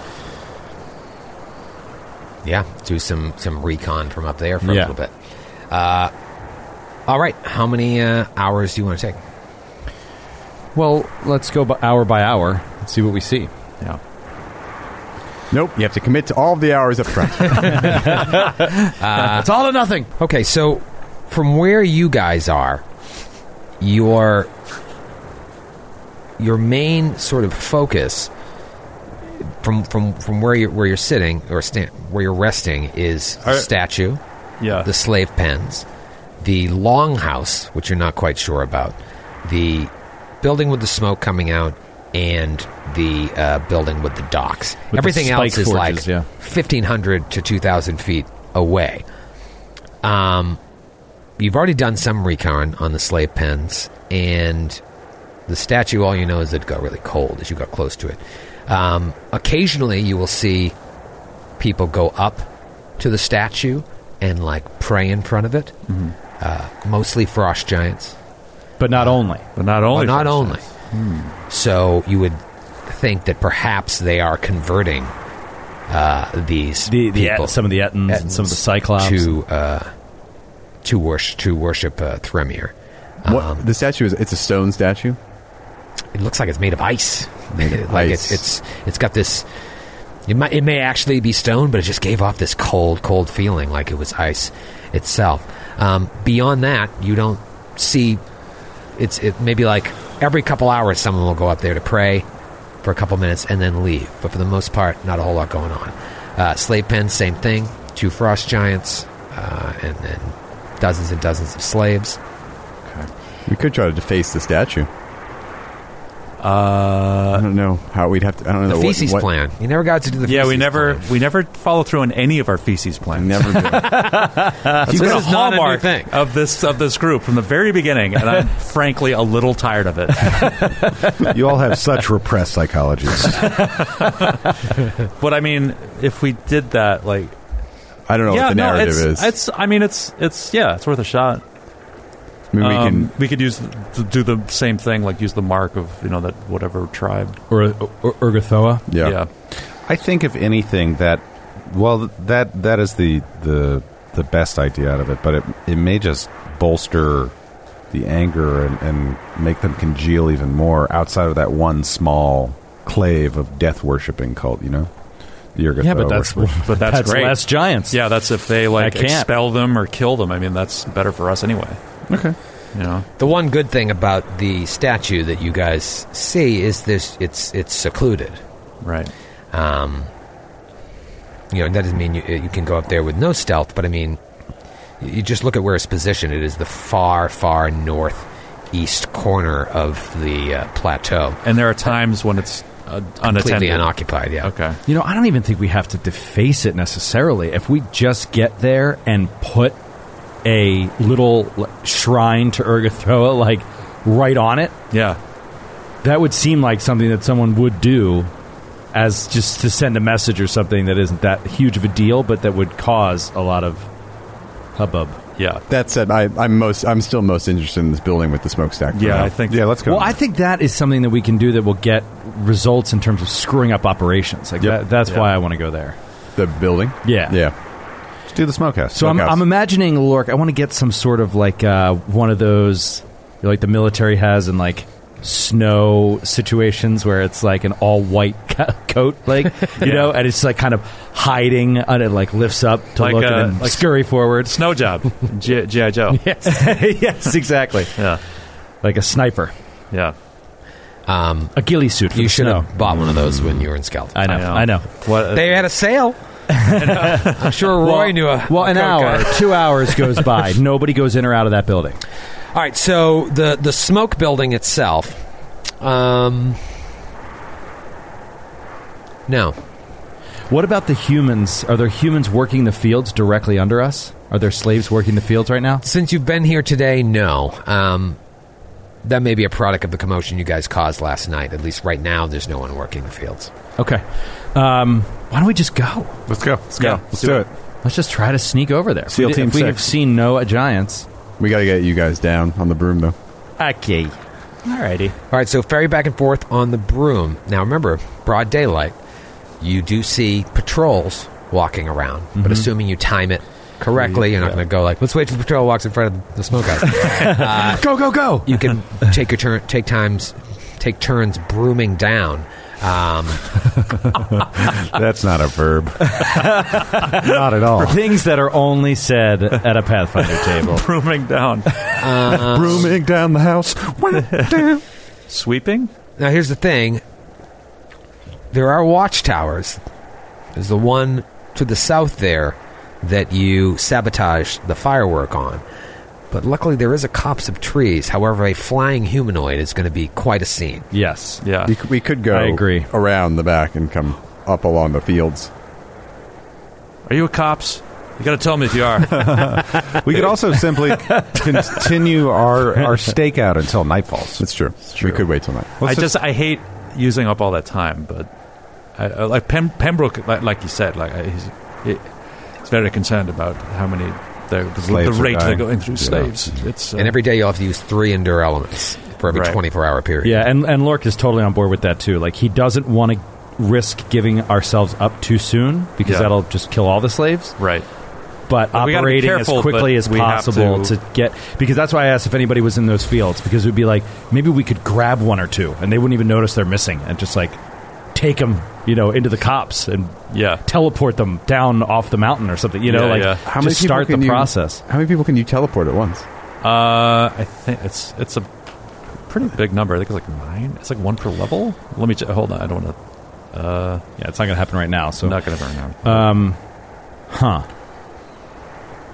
G: yeah, do some some recon from up there for a
D: Yeah.
G: little bit. Uh, all right, how many uh, hours do you want to take?
D: Well, let's go by hour by hour and see what we see.
F: Yeah.
P: Nope, you have to commit to all of the hours up front.
G: Uh,
D: it's all or nothing.
G: Okay, so from where you guys are, your your main sort of focus from from from where you are where you're sitting or sta- where you're resting is the
F: Are-
G: statue,
F: yeah,
G: the slave pens, the longhouse, which you're not quite sure about, the building with the smoke coming out, and the uh, building with the docks.
D: With the
G: Everything
D: spike
G: else is like
D: forges, yeah.
G: 1500 to 2000 feet away um, you've already done some recon on the slave pens and the statue all you know is that it got really cold as you got close to it um, occasionally you will see people go up to the statue and like pray in front of it uh, mostly frost giants
D: but not only
F: but not only
G: not
F: frost
G: only so you would think that perhaps they are converting uh, these
D: The- the
G: people,
D: Et- some of the Ettons and some of the
G: Ettons,
D: Cyclops.
G: to uh, to worship to worship uh, Thremir.
P: What the statue is? It's a stone statue.
G: It looks like it's made of ice. like
P: ice.
G: it's it's it's got this. It might it may actually be stone, but it just gave off this cold, cold feeling like it was ice itself. Um, beyond that, you don't see. It's it maybe like every couple hours, someone will go up there to pray for a couple minutes and then leave. But for the most part, not a whole lot going on. Uh, slave pens, same thing. Two frost giants, uh, and then dozens and dozens of slaves.
P: We could try to deface the statue.
F: Uh,
P: I don't know how we'd have to. I don't know
G: The
P: what-
G: feces
P: what-
G: plan. You never got to do the
F: yeah, we
G: feces
F: never we never follow through on any of our feces plans.
P: Never. Do.
F: That's
G: This
F: been a
G: is not a new
F: hallmark
G: thing.
F: of this of this group from the very beginning,
G: [LAUGHS]
F: and I'm frankly a little tired of it.
C: you all have such repressed psychologists.
F: But I mean, if we did that, like,
P: I don't know what the narrative
F: it's,
P: is.
F: It's, I mean, it's, it's, yeah, it's worth a shot.
P: I mean, we
F: Um, we could use to do the same thing, like use the mark of you know that whatever tribe.
D: Or, or Urgothoa?
F: Yeah. Yeah.
C: I think if anything that well that that is the the the best idea out of it, but it it may just bolster the anger and, and make them congeal even more outside of that one small clave of death worshipping cult, you know? The Urgathoa
D: Yeah, but [LAUGHS] that's-
C: worshippers.
F: But that's, great.
D: less giants.
F: Yeah, that's if they like
D: I can't.
F: expel them or kill them. I mean, that's better for us anyway.
P: Okay.
F: You know,
G: The one good thing about the statue that you guys see is this: it's it's secluded.
F: Right.
G: Um, you know, that doesn't mean you, you can go up there with no stealth, but I mean, you just look at where it's positioned. It is the far, far northeast corner of the uh, plateau.
F: and there are times when it's uh,
G: Completely
F: unattended,
G: unoccupied. Yeah.
F: Okay.
D: You know, I don't even think we have to deface it necessarily. If we just get there and put a little like, shrine to Ergothroa, like right on it.
F: Yeah,
D: that would seem like something that someone would do, as just to send a message or something that isn't that huge of a deal, but that would cause a lot of hubbub.
F: Yeah.
A: [LAUGHS] That said, I, I'm most I'm still most interested in this building with the smokestack. for now. Yeah, let's go.
D: Well, I think that is something that we can do that will get results in terms of screwing up operations. Like that, that's why I want to go there.
A: The building.
D: Yeah.
A: Yeah.
D: Let's
C: do the smokehouse.
D: So I'm,
C: Smokehouse.
D: I'm imagining Lork. I want to get some sort of like uh, one of those you know, like the military has in like snow situations where it's like an all white [LAUGHS] co- coat, like you know, and it's like kind of hiding and it like lifts up to
F: Like,
D: look
F: uh,
D: and then
F: like
D: scurry forward.
F: Snow job, [LAUGHS] G-
G: [LAUGHS]
F: GI Joe.
D: [LAUGHS] Yes, [LAUGHS] yes, exactly.
F: Yeah,
D: like a sniper.
F: Yeah.
G: Um,
D: a ghillie suit.
G: you should have bought one of those when you were in Skeleton.
D: I know, I know.
G: they
F: [LAUGHS]
G: had a
D: [LAUGHS]
G: sale. I'm sure Roy knew a
D: well, an
G: a coke
D: hour,
G: guy.
D: two hours goes by. Nobody goes in or out of that building.
G: All right, so the the smoke building itself. Um, no.
D: What about the humans? Are there humans working the fields directly under us? Are there slaves working the fields right now?
G: Since you've been here today, no. Um, that may be a product of the commotion you guys caused last night. At least right now, there's no one working the fields.
D: Okay. Um, why don't we just go?
C: Let's go.
G: Let's go.
C: Let's do it.
D: Let's just try to sneak over there.
A: Seal
D: if we,
A: Team
D: if we
A: six.
D: have seen no giants.
A: We got to get you guys down on the broom though.
D: Okay. Alrighty.
G: All right, so ferry back and forth on the broom. Now, remember, broad daylight. You do see patrols walking around, but
B: Mhm.
D: Mm-hmm.
G: assuming you time it correctly, you're not going to go like, "Let's wait till the patrol walks in front of the
D: [LAUGHS]
G: smokehouse."
D: go, go, go!
G: You can take your turn, take times, take turns brooming down. Um,
C: That's not a verb. not at all.
D: For things that are only said at a [LAUGHS] Pathfinder table.
F: Brooming down.
C: Brooming down the house.
F: Sweeping?
G: Now, here's the thing there are watchtowers. There's the one to the south there that you sabotage the firework on. But luckily, there is a copse of trees. However, a flying humanoid is going to be quite a scene.
D: Yes. Yeah.
A: We, c- we could go.
G: I agree.
A: Around the back and come up along the fields.
F: Are you a cops? You got to tell me if
G: [LAUGHS]
F: you are.
C: we could also simply continue our, our stakeout until night falls.
A: That's true. We could wait till night.
F: I just I hate using up all that time, but I, I- like Pem, Pembroke, like, like you said, like I, he's, he- he's very concerned about how many the, the,
G: Slaves are
F: rate they're
G: dying.
F: going through
G: Yeah. Mm-hmm.
F: slaves. It's uh,
G: And every day, you'll have to use three endure elements for every
D: Right.
G: 24 hour period.
D: Yeah, and, and Lork is totally on board with that too. Like, he doesn't want to risk giving ourselves up too soon because
F: Yeah.
D: that'll just kill all the slaves.
F: Right.
D: But
F: But we gotta be
D: operating
F: careful,
D: as quickly
F: but
D: as
F: we have
D: possible
F: to-
D: to... get. Because that's why I asked if anybody was in those fields because it would be like, maybe we could grab one or two and they wouldn't even notice they're missing and just like take them, you know, into the cops and
F: yeah.
D: teleport them down off the mountain or something, you know, like
A: how many
D: just
A: people
D: start the
A: can you-
D: process.
A: How many people can you teleport at once?
F: Uh, I think it's it's a pretty big number. I think it's like nine. It's like one per level. Let me ch- hold on. I don't want to. Uh,
D: yeah, it's not going to happen right now. So
F: not going to happen right
G: Uh,
F: now.
D: Um, huh.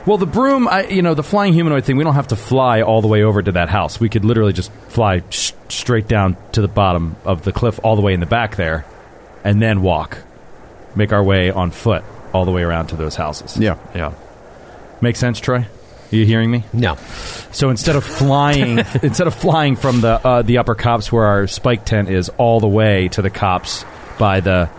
D: Well, the broom, I, you know, the flying humanoid thing, we don't have to fly all the way over to that house. We could literally just fly sh- straight down to the bottom of the cliff, all the way in the back there, and then walk. Make our way on foot all the way around to those houses.
A: Yeah.
F: Yeah.
D: Make sense, Troy? Are you hearing me?
G: No.
D: So instead of [LAUGHS] flying, instead of flying from the uh, the upper cops where our spike tent is all the way to the cops by the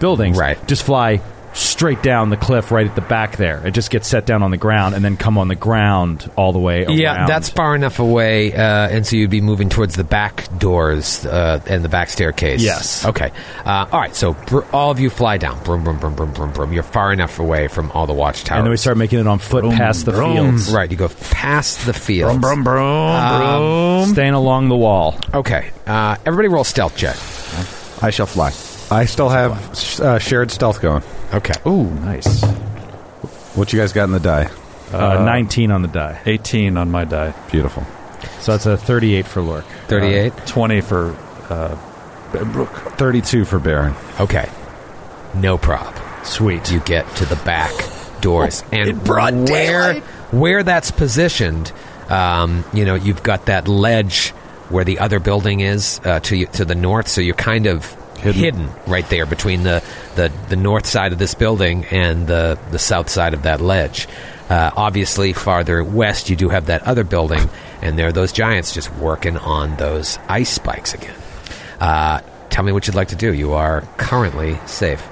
D: buildings, right? Just fly straight down the cliff right at the back there. It just gets set down on the ground and then come on the ground all the way. Around.
G: Yeah, that's far enough away, uh, and so you'd be moving towards the back doors uh, and the back staircase.
D: Yes.
G: Okay. Uh, all right. So br- all of you fly down. Broom, broom, broom, broom, broom, broom. You're far enough away from all the watchtowers.
D: and then we start making it on foot past the fields,
G: Right. You go past the fields.
D: Brum, brum, brum,
F: Uh,
G: Um,
D: staying along the wall.
G: Okay. Uh, everybody, roll stealth check.
C: I shall fly. I still have sh- uh, shared stealth going.
G: Okay.
C: Ooh,
F: nice.
C: What you guys got in the die?
D: Uh, 19 on the die.
F: 18 on my die.
C: Beautiful.
D: So that's a 38 for Lork.
G: 38?
F: 20 for uh, Brooke.
C: 32 for Baron.
G: Okay. No prop.
D: Sweet.
G: You get to the back doors. and where, where that's positioned, um, you know, you've got that ledge where the other building is uh, to, you- to the north, so you're kind of
J: Hidden.
G: hidden right there between the, the, the north side of this building and the, the south side of that ledge. Uh, obviously, farther west, you do have that other building, and there are those giants just working on those ice spikes again. Uh, tell me what you'd like to do. You are currently safe.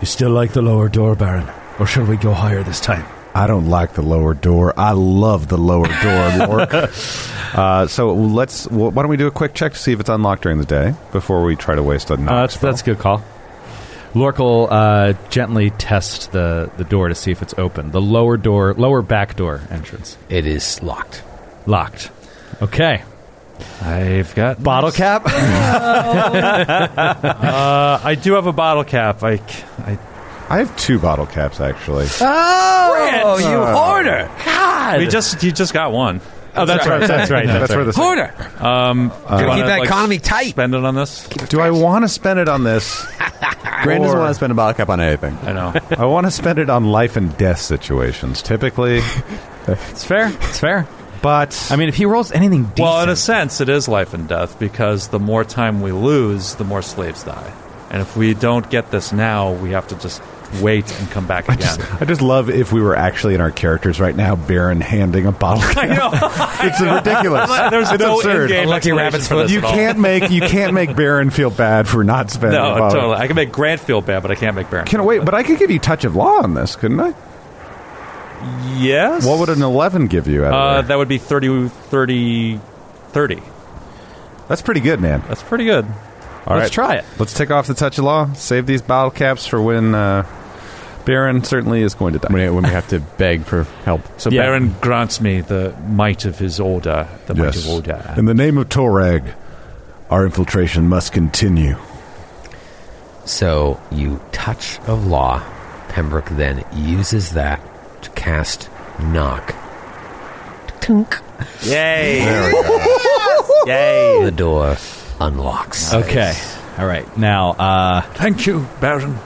Q: You still like the lower door, Baron? Or shall we go higher this time?
C: I don't like the lower door. I love the lower door,
J: [LAUGHS]
C: Lork. uh, so let's. wh- why don't we do a quick check to see if it's unlocked during the day before we try to waste a night?
R: Uh, that's that's a good call. Lork will uh, gently test the, the door to see if it's open. The lower door, lower back door entrance.
G: It is locked.
R: Locked. Okay.
F: I've got
R: bottle cap.
F: uh, I do have a bottle cap. I, c- I,
C: I have two bottle caps actually.
J: Oh,
C: you hoarder.
J: God.
F: We just you just got one.
J: Oh, that's right, that's right, that's right. Hoarder.
F: Um,
C: Gotta keep that economy
G: tight.
F: Spend it on this.
C: Do I want to spend it on this?
F: Grant doesn't wanna
C: spend a bottle cap on anything. I
F: know.
C: I want to spend it on life and death situations.
J: [LAUGHS]
C: Typically,
R: it's fair. It's fair.
C: But
R: I mean, if he rolls anything decent,
F: Well, in a sense, it is life and death because the more time we lose, the more slaves die. And if we don't get this now, we have to just wait and come back again.
C: [LAUGHS] I just love if we were actually in our characters right now, Baron handing a bottle
F: [LAUGHS]
C: cap. [LAUGHS]
F: it's
C: ridiculous.
F: There's
C: It's
F: no
C: absurd.
F: in-game explanation for this
C: You
F: at all.
C: can't make you can't make Baron feel bad for not spending.
F: No,
C: a bottle.
F: totally. I can make Grant feel bad, but I can't make Baron.
C: Can wait, but I could give you touch of law on this, couldn't I?
F: Yes.
C: What would an eleven give you? Out
F: Uh, that would be 30, 30, 30.
C: That's pretty good, man.
F: That's pretty good.
C: All
F: Let's
C: right.
F: try it.
C: Let's take off the touch of law. Save these bottle caps for when uh, Baron certainly is going to die. When, we have to beg for help.
F: So Baron grants me the might of his order. The might of order.
K: In the name of Torag, our infiltration must continue.
G: So you touch of law. Pembroke then uses that to cast knock. Tink.
R: Yay.
G: There we go.
F: Yay.
G: The door unlocks.
R: Okay. All right. Now, uh,
F: thank you, Baron.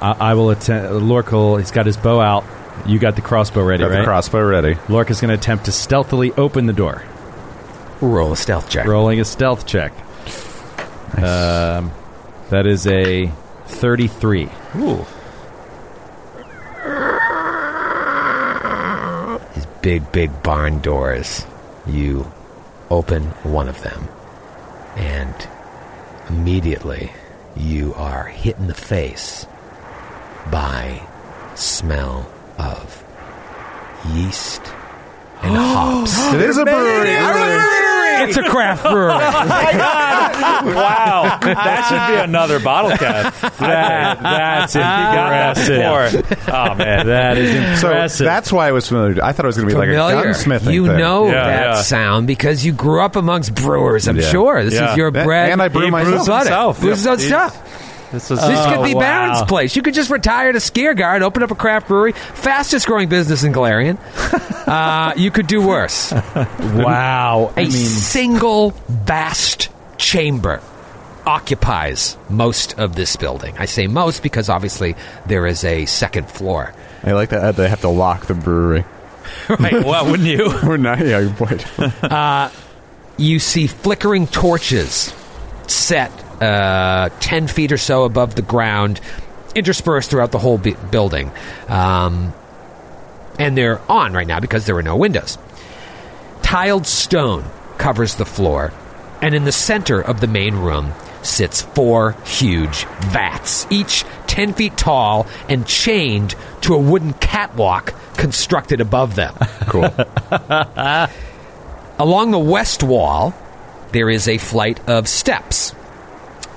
R: I, I will attempt. Lork will. He's got his bow out. You got the crossbow ready,
C: Got the
R: right?
C: crossbow ready.
R: Lork is going to attempt to stealthily open the door.
G: Roll a stealth check.
R: Rolling a stealth check. Um, that is a thirty-three.
F: Ooh.
G: These big, big barn doors. You open one of them, and immediately you are hit in the face by smell of yeast and hops.
J: It is a brewery.
R: It's a craft brewery.
F: [LAUGHS] wow, that should be another bottle cap. [LAUGHS]
R: That- that's
F: You got that
R: impressive.
F: before. Oh man,
C: So that's why I was familiar. I thought it was going to be like a
G: Familiar.
C: gunsmithing.
G: you
C: thing.
G: know that sound because you grew up amongst brewers. I'm
C: Yeah.
G: sure this
C: Yeah.
G: is your
C: That-
G: bread.
C: and I brew He myself. brews
G: Butter.
C: himself.
G: Brews his
C: Yep.
G: own
C: He-
G: stuff.
F: This,
C: is-
G: could be
C: Oh, wow.
G: Baron's place. You could just retire to Skiergard, open up a craft brewery, fastest growing business in
C: [LAUGHS]
G: Galarian. uh, you could do worse.
R: wow,
G: a
R: I mean-
G: single vast chamber occupies most of this building. I say most because obviously there is a second floor.
A: I like that they have to lock the brewery.
G: [LAUGHS] Right, well,
A: [LAUGHS]
G: wouldn't you?
A: We're not. Yeah, you would.
G: [LAUGHS] uh, you see flickering torches set uh, 10 feet or so above the ground, interspersed throughout the whole bu- building. Um, and they're on right now because there are no windows. Tiled stone covers the floor, and in the center of the main room sits four huge vats, each 10 feet tall and chained to a wooden catwalk constructed above them. Cool. Along the west wall, there is a flight of steps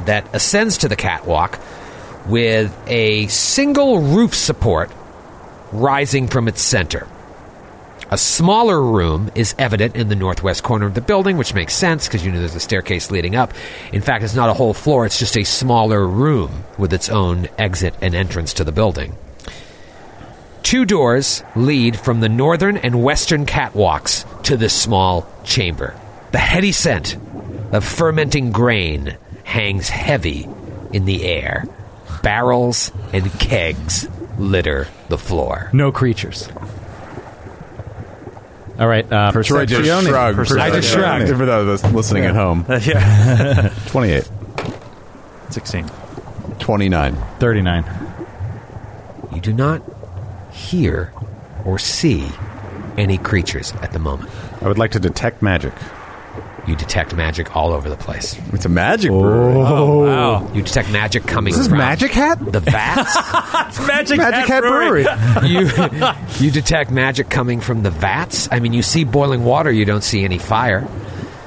G: that ascends to the catwalk with a single roof support rising from its center. A smaller room is evident in the northwest corner of the building, which makes sense because you know there's a staircase leading up. In fact, it's not a whole floor, it's just a smaller room with its own exit and entrance to the building. Two doors lead from the northern and western catwalks to this small chamber. The heady scent of fermenting grain hangs heavy in the air. Barrels and kegs litter the floor.
R: No creatures. All right. Uh,
A: Troy just shrugged.
R: I just shrugged.
A: [LAUGHS]
F: [LAUGHS]
A: For those of us listening
R: Yeah.
A: at home.
F: yeah.
C: 28.
F: 16.
A: 29.
R: 39.
J: You do not
G: hear or see any creatures at the moment.
C: I would like to detect magic.
G: You detect magic all over the place.
A: It's a magic brewery.
G: Oh, wow. You detect magic coming
A: Is this
G: from
A: Magic Hat? [LAUGHS]
G: The vats.
A: it's
F: Magic,
A: Hat, Brewery.
G: you you detect magic coming from the vats. I mean, you see boiling water, you don't see any fire.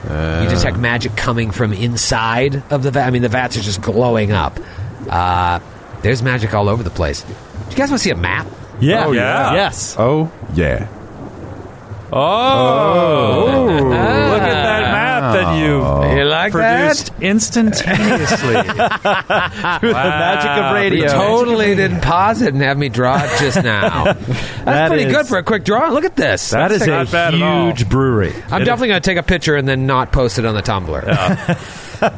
G: you detect magic coming from inside of the vat. I mean, the vats are just glowing up. Uh, there's magic all over the place. Do you guys want to see a map?
D: Yeah.
G: Oh,
F: yeah.
D: Yes.
C: Oh, yeah.
F: Oh, look at that map that you've
G: Ah. Oh. You like
F: produced
G: [LAUGHS]
F: instantaneously.
G: Through
F: the magic of radio.
G: Uh, totally didn't pause it and have me draw it just now. That's
F: That
G: pretty
F: is-
G: good for a quick draw. Look at this.
R: That
G: Let's
R: is
G: take
R: a
G: a-
F: Oh.
R: huge brewery.
G: I'm definitely going to take a picture and then not post it on the Tumblr.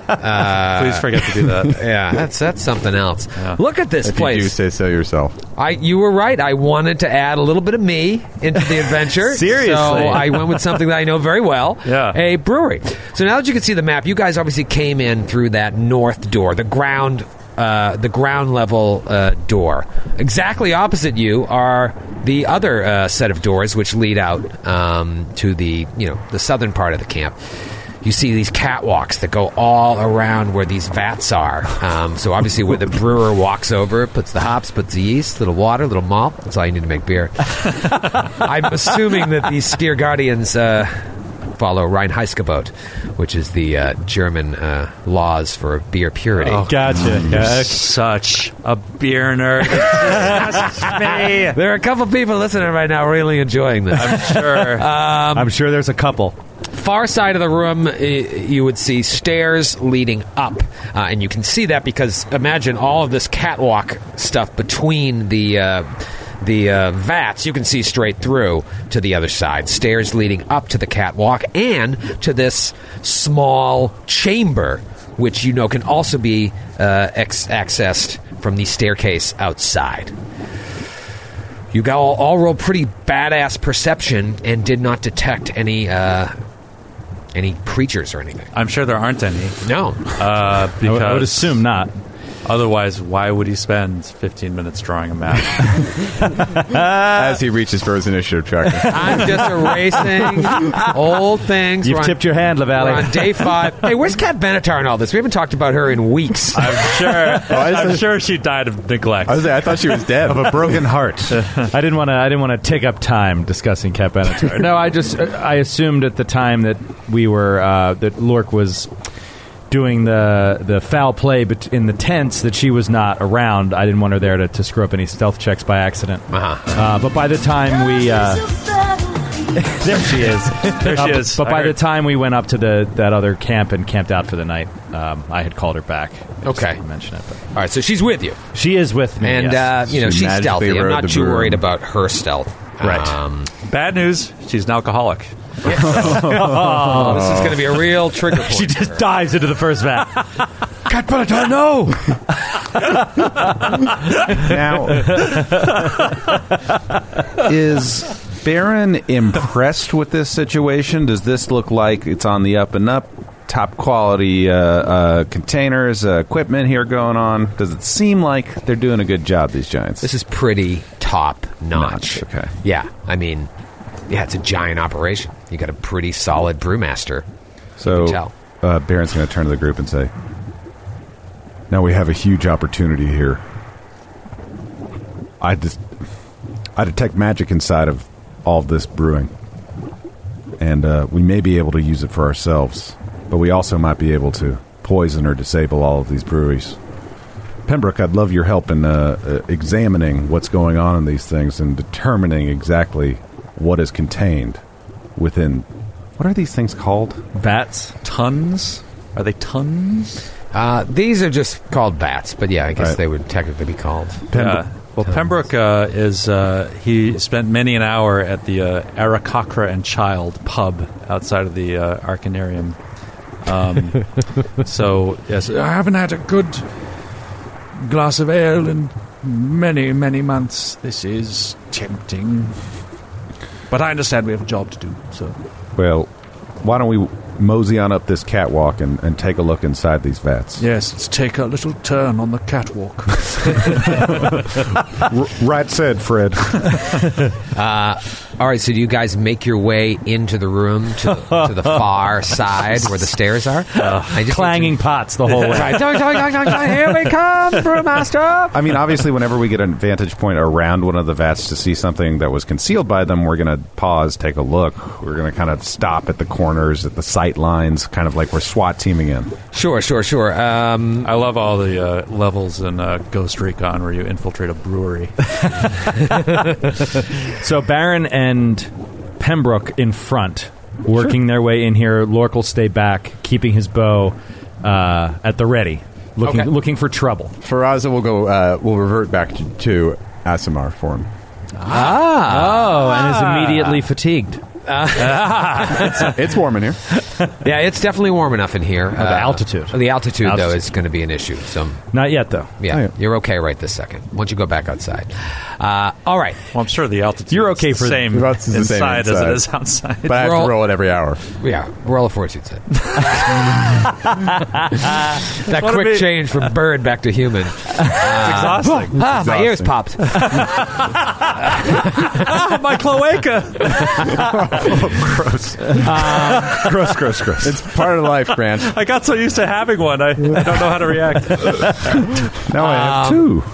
G: Uh,
F: Please forget to do
G: [LAUGHS]
F: that.
G: yeah, that's that's something else. Look at this
A: if
G: place.
A: you do say so yourself.
G: I you were right. I wanted to add a little bit of me into the adventure.
A: Seriously.
G: so I went with something that I know very well. Yeah, a brewery. So now that you can see the map, you guys obviously came in through that north door, the ground, uh, the ground level uh, door. Exactly opposite you are the other uh, set of doors, which lead out um, to the you know the southern part of the camp. You see these catwalks that go all around where these vats are. Um, so obviously, where the brewer walks over, puts the hops, puts the yeast, little water, little malt. That's all you need to make beer. I'm assuming that these Steer Guardians uh, follow Rheinheitsgebot, which is the uh, German uh, laws for beer purity.
F: [LAUGHS] You're Such a beer nerd.
G: There are a couple people listening right now really enjoying this. I'm
F: sure.
G: [LAUGHS] Um,
R: I'm sure there's a couple.
G: Far side of the room, i- you would see stairs leading up, uh, and you can see that because imagine all of this catwalk stuff between the. Uh, the uh, vats you can see straight through to the other side stairs leading up to the catwalk and to this small chamber which you know can also be uh, ex- accessed from the staircase outside you got all, all roll pretty badass perception and did not detect any uh, any creatures or anything.
F: I'm sure there aren't any.
G: No.
F: Uh, because
G: would- I would
F: assume not. Otherwise, why would he spend 15 minutes drawing
G: [LAUGHS]
F: a map?
A: As he reaches for his initiative tracker.
G: I'm just erasing old things.
A: You've
G: We're on-
A: tipped your hand, Lavalley.
G: We're [LAUGHS] on day five.
R: [LAUGHS]
G: Hey, where's Kat Benatar and all this? We haven't talked about her in weeks.
R: Uh,
F: I'm
G: [LAUGHS]
F: sure. I'm sure she died of neglect.
A: I thought she was dead
F: Of a
C: [LAUGHS]
F: broken
R: heart. I didn't want to. I didn't want to take up time discussing Cat Benatar. [LAUGHS] no, I just I assumed at the time that we were uh, that Lork was doing the the foul play bet- in the tents that she was not around. I didn't want her there to, to screw up any stealth checks by accident. Uh-huh. but by the time we.
S: [LAUGHS]
R: Uh, there she is.
F: There she
R: Uh,
F: is.
R: But, but
F: I
R: by the
F: heard.
R: time we went up to the that other camp and camped out for the night, um, I had called her back. I just
G: Okay.
R: didn't mention it. But.
G: All right, so she's with you.
R: She is with me,
G: and
R: yes.
G: uh, you know
R: She
G: she's
R: magically
G: stealthy. I'm
R: rode
G: not
R: the
G: too
R: broom.
G: worried about her stealth.
F: Right.
G: Um,
F: Bad news. She's an alcoholic.
G: Oh, this is going to be a
R: [LAUGHS]
G: real trigger point.
R: she just dives into the first
F: [LAUGHS]
R: vat.
Q: Cat Benatar, no!
C: Now, is Baron impressed with this situation? Does this look like it's on the up and up? Top quality uh, uh, containers, uh, equipment here going on. Does it seem like they're doing a good job? These giants.
G: This is pretty top notch. Okay. Yeah, I mean, yeah, it's a giant operation. You got a pretty solid brewmaster. You can
C: So
G: tell.
C: uh, Baron's going to turn to the group and say, "Now we have a huge opportunity here. I just, I detect magic inside of all of this brewing, and uh, we may be able to use it for ourselves, but we also might be able to poison or disable all of these breweries." Pembroke, I'd love your help in uh, uh, examining what's going on in these things and determining exactly what is contained within. What are these things called?
R: Vats?
F: Tons? Are they tons?
G: Uh, these are just called bats, but yeah, I guess they would technically be called.
F: Yeah. Well, Pembroke uh, is. Uh, he spent many an hour at the uh, Aracocra and Child pub outside of the uh, Arcanarium. [LAUGHS] Um, so yes,
I: I haven't had a good glass of ale in many, many months. This is tempting. But I understand we have a job to do, so.
C: Well, why don't we mosey on up this catwalk and, and take a look inside these vats.
I: Yes, let's take a little turn on the catwalk.
C: R- right said, Fred.
G: Uh, all right, so do you guys make your way into the room to, to the [LAUGHS] far side where the stairs are? I just
R: clanging pots the
G: whole way.
J: Here we come, brewmaster.
C: [LAUGHS] I mean, obviously, whenever we get a vantage point around one of the vats to see something that was concealed by them, we're going to pause, take a look. We're going to kind of stop at the corners, at the sight lines, kind of like we're SWAT teaming in.
G: Sure, sure, sure. Um,
F: [LAUGHS] I love all the uh, levels in uh, Ghost Recon where you infiltrate a [LAUGHS] brewery.
R: so Baron and Pembroke in front, working their way in here. Lork will stay back, keeping his bow uh, at the ready, looking
A: Okay.
R: looking for trouble.
A: Faraza will go. Uh, will revert back to, to Asimar form.
R: Ah. Oh, and is immediately fatigued.
A: it's, [LAUGHS] it's warm in here.
G: yeah, it's definitely warm enough in here. Uh, the altitude. The altitude, though,
R: Altitude.
G: is going to be an issue. So
R: Not yet, though.
D: Oh,
G: Yeah, you're okay right this second. Once you go back outside. Uh, all right.
F: Well, I'm sure the altitude.
G: You're
F: okay the for- same That's the same inside as it inside. is outside. But I have to roll
A: it every hour.
G: Yeah, roll a fortitude set. that
J: What a
G: quick
J: bit-
G: change from bird back to human. Uh,
J: exhausting.
G: Ah, my ears
J: Exhausting.
G: popped.
J: my cloaca.
F: gross.
A: gross, gross, gross. It's part of life,
D: [LAUGHS]
A: Grant.
F: I got so used to having one, I, I don't know how to react.
A: now I
G: have
A: two.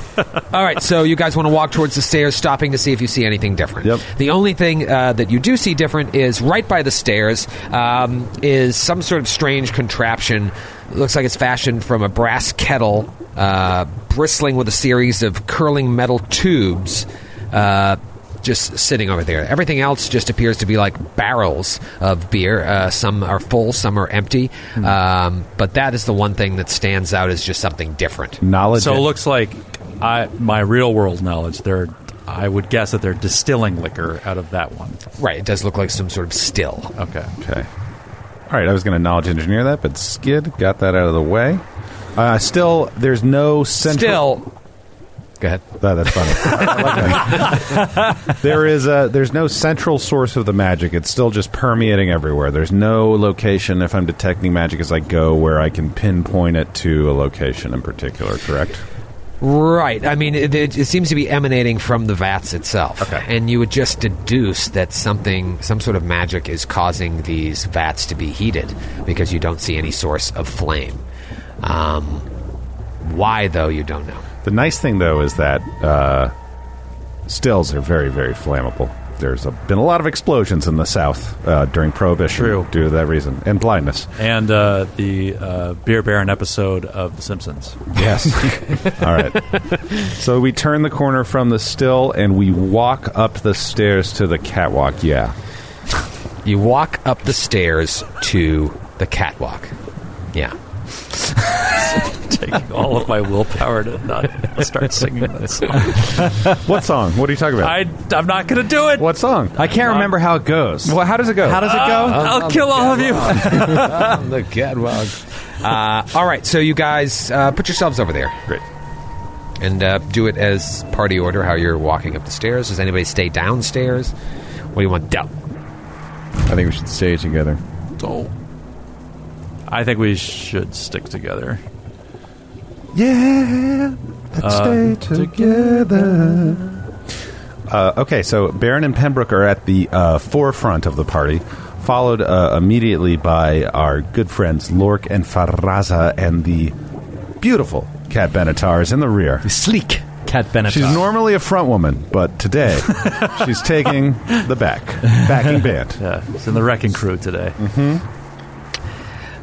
G: all right, so you guys want to walk towards the stairs, stopping to see if you see anything different. Yep. The only thing uh, that you do see different is right by the stairs um, is some sort of strange contraption. Looks like it's fashioned from a brass kettle, uh, bristling with a series of curling metal tubes. Uh, just sitting over there. Everything else just appears to be like barrels of beer. Uh, some are full, some are empty. Um, but that is the one thing that stands out as just something different.
C: Knowledge.
F: So it looks like I my real world knowledge. They're I would guess that they're distilling liquor out of that one.
G: Right. It does look like some sort of still.
F: Okay.
C: Okay. All right, I was going to knowledge engineer that, but Skid got that out of the way. Uh, still, there's no central.
G: Still. Go ahead.
C: that's funny. I like that. there is a, there's no central source of the magic. It's still just permeating everywhere. There's no location, if I'm detecting magic as I go, where I can pinpoint it to a location in particular, correct?
G: Right. I mean, it, it, it seems to be emanating from the vats itself. Okay. And you would just deduce that something, some sort of magic is causing these vats to be heated because you don't see any source of flame. Um, why, though, you don't know.
C: The nice thing, though, is that uh, stills are very, very flammable. There's a, been a lot of explosions in the South uh, during Prohibition due to that reason, and blindness.
F: And uh, the uh, Beer Baron episode of The Simpsons.
C: Yes. All right. So we turn the corner from the still and we walk up the stairs to the catwalk. Yeah.
G: You walk up the stairs to the catwalk. Yeah.
F: Taking all of my willpower to not start singing that song.
C: What song? What are you talking about?
F: I, I'm not going to do it.
C: What song?
R: I can't remember how it goes.
C: Well, how does it go?
R: How does it go?
C: Oh.
F: I'll kill all of you.
G: the catwalk. Uh, all right, so you guys uh, put yourselves over there.
C: Great.
G: And uh, do it as party order how you're walking up the stairs. Does anybody stay downstairs? What do you want? Del.
A: I think we should stay together.
F: Oh. I think we should stick together.
C: Yeah.
F: let's Uh,
C: stay together. Uh, okay, so Baron and Pembroke are at the uh, forefront of the party, followed uh, immediately by our good friends Lork and Farraza and the beautiful Cat Benatar is in the rear.
R: Sleek Cat Benatar.
C: She's normally a front woman,
R: [LAUGHS]
C: but today she's taking the back, backing band.
F: Yeah, it's in the wrecking crew today.
R: Mm.
F: Mm-hmm.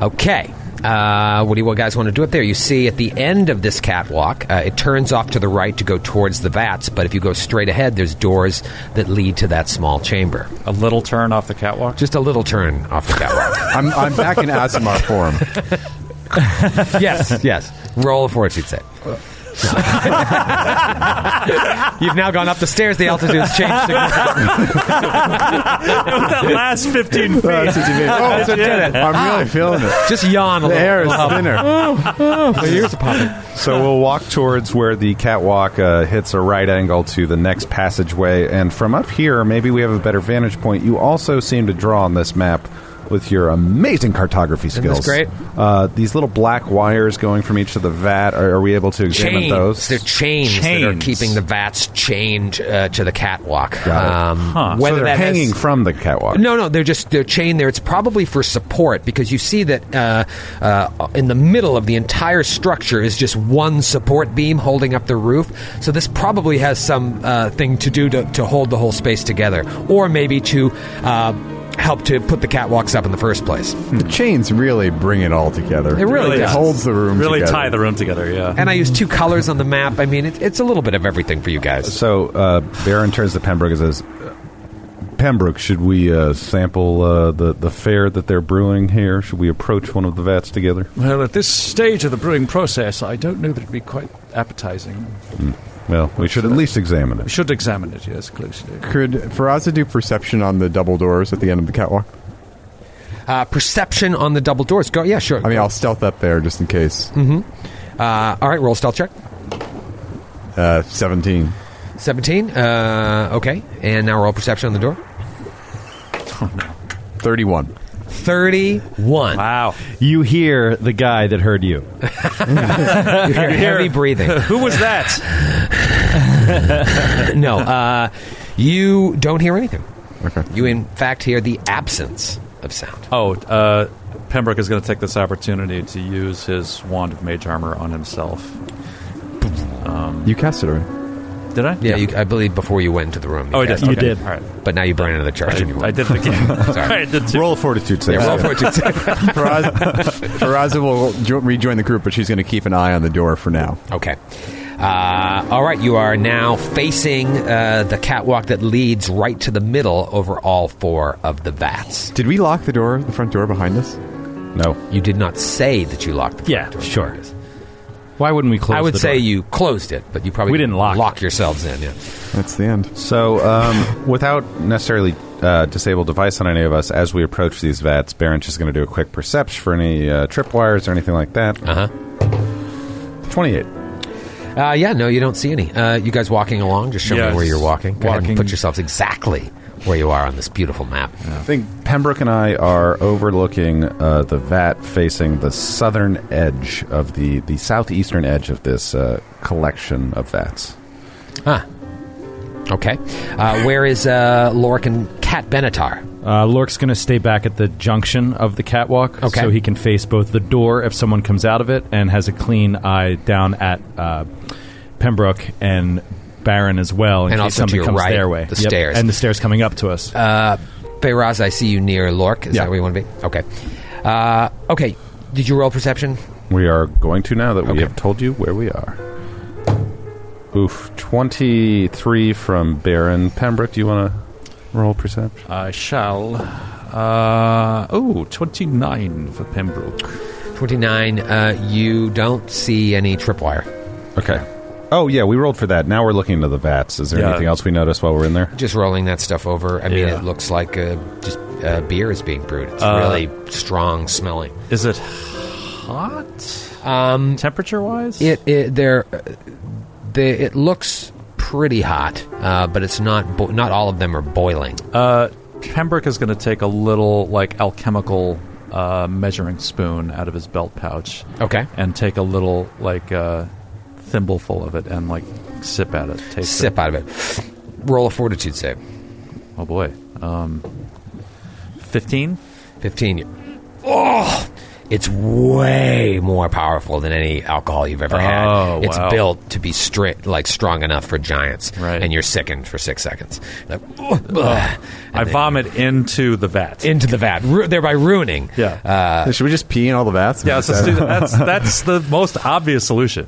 G: Okay. Uh, what do you guys want to do up there? You see, at the end of this catwalk, uh, it turns off to the right to go towards the vats. But if you go straight ahead, there's doors that lead to that small chamber.
F: A little turn off the catwalk.
G: Just a little turn off the catwalk.
A: I'm, I'm back in Asimar form.
C: [LAUGHS]
G: yes, yes. Roll a fortitude set. [LAUGHS] You've now gone up the stairs. The altitude has changed.
F: that last 15 [LAUGHS] feet.
A: That's what you
G: [LAUGHS]
A: mean. Oh,
F: I
A: it's a
F: did
A: dead end.
F: it.
A: I'm
G: Ah.
A: really feeling it.
G: Just yawn a
A: The
G: little.
A: air is
G: Well,
A: thinner.
G: Ah. My ears are popping.
C: So we'll walk towards where the catwalk uh, hits a right angle to the next passageway, and from up here, maybe we have a better vantage point. You also seem to draw on this map with your amazing cartography
G: Isn't this
C: skills.
G: great?
C: Uh, these little black wires going from each of the vat. Are, are we able to examine
G: chains.
C: those?
G: They're chains, that are
C: Chains.
G: keeping the vats chained uh, to the catwalk. Um,
C: So
G: Whether
C: they're
G: that has-
C: hanging from the catwalk.
G: No, no, they're just they're chained there. It's probably for support because you see that uh, uh, in the middle of the entire structure is just one support beam holding up the roof. So this probably has some uh, thing to do to, to hold the whole space together, or maybe to uh, help to put the catwalks up in the first place.
A: The chains really bring it all together.
G: It really does.
A: holds the room
G: Really
A: together.
G: tie
F: the room together, yeah.
G: And I use two colors on the map. I mean, it, it's a little bit of everything for you guys.
C: So uh, Baron turns to Pembroke and says, "Uh, "Pembroke, should we uh, sample uh, the the fare that they're brewing here? Should we approach one of the vats together?"
I: Well, at this stage of the brewing process, I don't know that it'd be quite appetizing.
C: Hmm. Well, we should at least examine
I: We
C: it.
I: should examine it, yes, closely.
A: Could Faraza do perception on the double doors at the end of the catwalk?
G: Uh, perception on the double doors. Go, yeah, sure.
A: I mean, I'll stealth up there just in case.
G: Mm-hmm. Uh, all right, roll stealth check.
A: Uh, Seventeen.
G: 17. Uh, okay. And now roll perception on the door.
A: Thirty-one.
G: 31.
F: Wow.
D: You hear the guy that heard you.
G: you hear
D: You hear-
F: [LAUGHS]
G: heavy breathing.
D: Who was
G: that? [LAUGHS] no. Uh, you don't hear anything. Okay. You, in fact, hear the absence of sound.
F: Oh, uh, Pembroke is going to take this opportunity to use his wand of mage armor on himself. Um,
A: You cast it already.
F: Did I?
G: Yeah, You, I believe before you went into the room.
F: Oh, I
G: cast
F: did. You
G: it.
F: did. All right.
G: But now you burn another charge.
F: I-
G: anyway.
F: I did it again.
G: [LAUGHS]
F: [LAUGHS]
G: Sorry.
A: Roll a fortitude
G: save. Yeah, roll a fortitude
A: [LAUGHS]
G: save.
A: Faraz, Faraza will jo- rejoin the group, but she's going to keep an eye on the door for now.
G: Okay. Uh, all right, you are now facing uh, the catwalk that leads right to the middle over all four of the vats.
A: Did we lock the door, the front door behind us?
C: No.
G: You did not say that you locked the front
D: Yeah,
G: door.
D: sure. Why wouldn't we close
G: I would
D: the
G: say
D: door?
G: you closed it, but you probably
D: We didn't lock
G: yourselves in. Yeah.
A: That's the end.
C: So, um, without necessarily uh, disable device on any of us, as we approach these vats, Baron's just going to do a quick perception for any uh, tripwires or anything like that.
D: Uh-huh.
G: Uh huh.
C: Twenty-eight.
G: Uh, yeah, no, you don't see any. Uh, you guys walking along? Just show
C: Yes.
G: me where you're walking. Go ahead
C: Walking.
G: and put yourselves exactly where you are on this beautiful map.
C: I think Pembroke and I are overlooking uh, the vat facing the southern edge of the, the southeastern edge of this uh, collection of vats.
G: Ah. Okay. Uh, where is uh, Lorik and Cat Benatar?
D: Uh, Lork's going to stay back at the junction of the catwalk
G: Okay.
D: so he can face both the door if someone comes out of it and has a clean eye down at uh, Pembroke and Baron as well in
G: And
D: case
G: also to
D: somebody
G: your
D: comes
G: right,
D: their way.
G: the
D: Yep,
G: stairs.
D: And the stairs coming up to us.
G: Uh, Feyraz, I see you near Lork. Is that where you want to be? Okay. Uh, okay. Did you roll perception?
C: We are going to now that we have told you where we are. Oof, 23 from Baron. Pembroke, do you want to roll perception?
F: I shall. Uh, oh, 29 for Pembroke.
G: 29. Uh, you don't see any tripwire.
C: Okay. Oh, yeah, we rolled for that. Now we're looking into the vats. Is there
G: Yeah.
C: anything else we noticed while we're in there?
G: Just rolling that stuff over. I mean,
C: Yeah.
G: it looks like uh, just uh, beer is being brewed. It's
F: Uh,
G: really strong smelling.
F: Is it hot?
G: Um,
F: Temperature wise?
G: It, it there, they, it looks pretty hot, uh, but it's not. Bo- not all of them are boiling.
F: Uh, Pembroke is going to take a little, like, alchemical uh, measuring spoon out of his belt pouch.
G: Okay.
F: And take a little, like, uh, thimbleful of it and, like, sip at it. Taste
G: Sip
F: it.
G: out of it. Roll a fortitude save.
F: Oh, boy. Um, 15?
G: 15. Oh, it's way more powerful than any alcohol you've ever
F: Oh,
G: had. It's
F: wow.
G: built to be strict, like strong enough for giants, right. and you're sickened for six seconds. Like, ugh, ugh.
F: Oh, I vomit into the vat.
G: Into the vat, ru- thereby ruining. Yeah.
A: Should we just pee in all the vats?
F: Yeah, so let's do that. That's, that's the most obvious solution.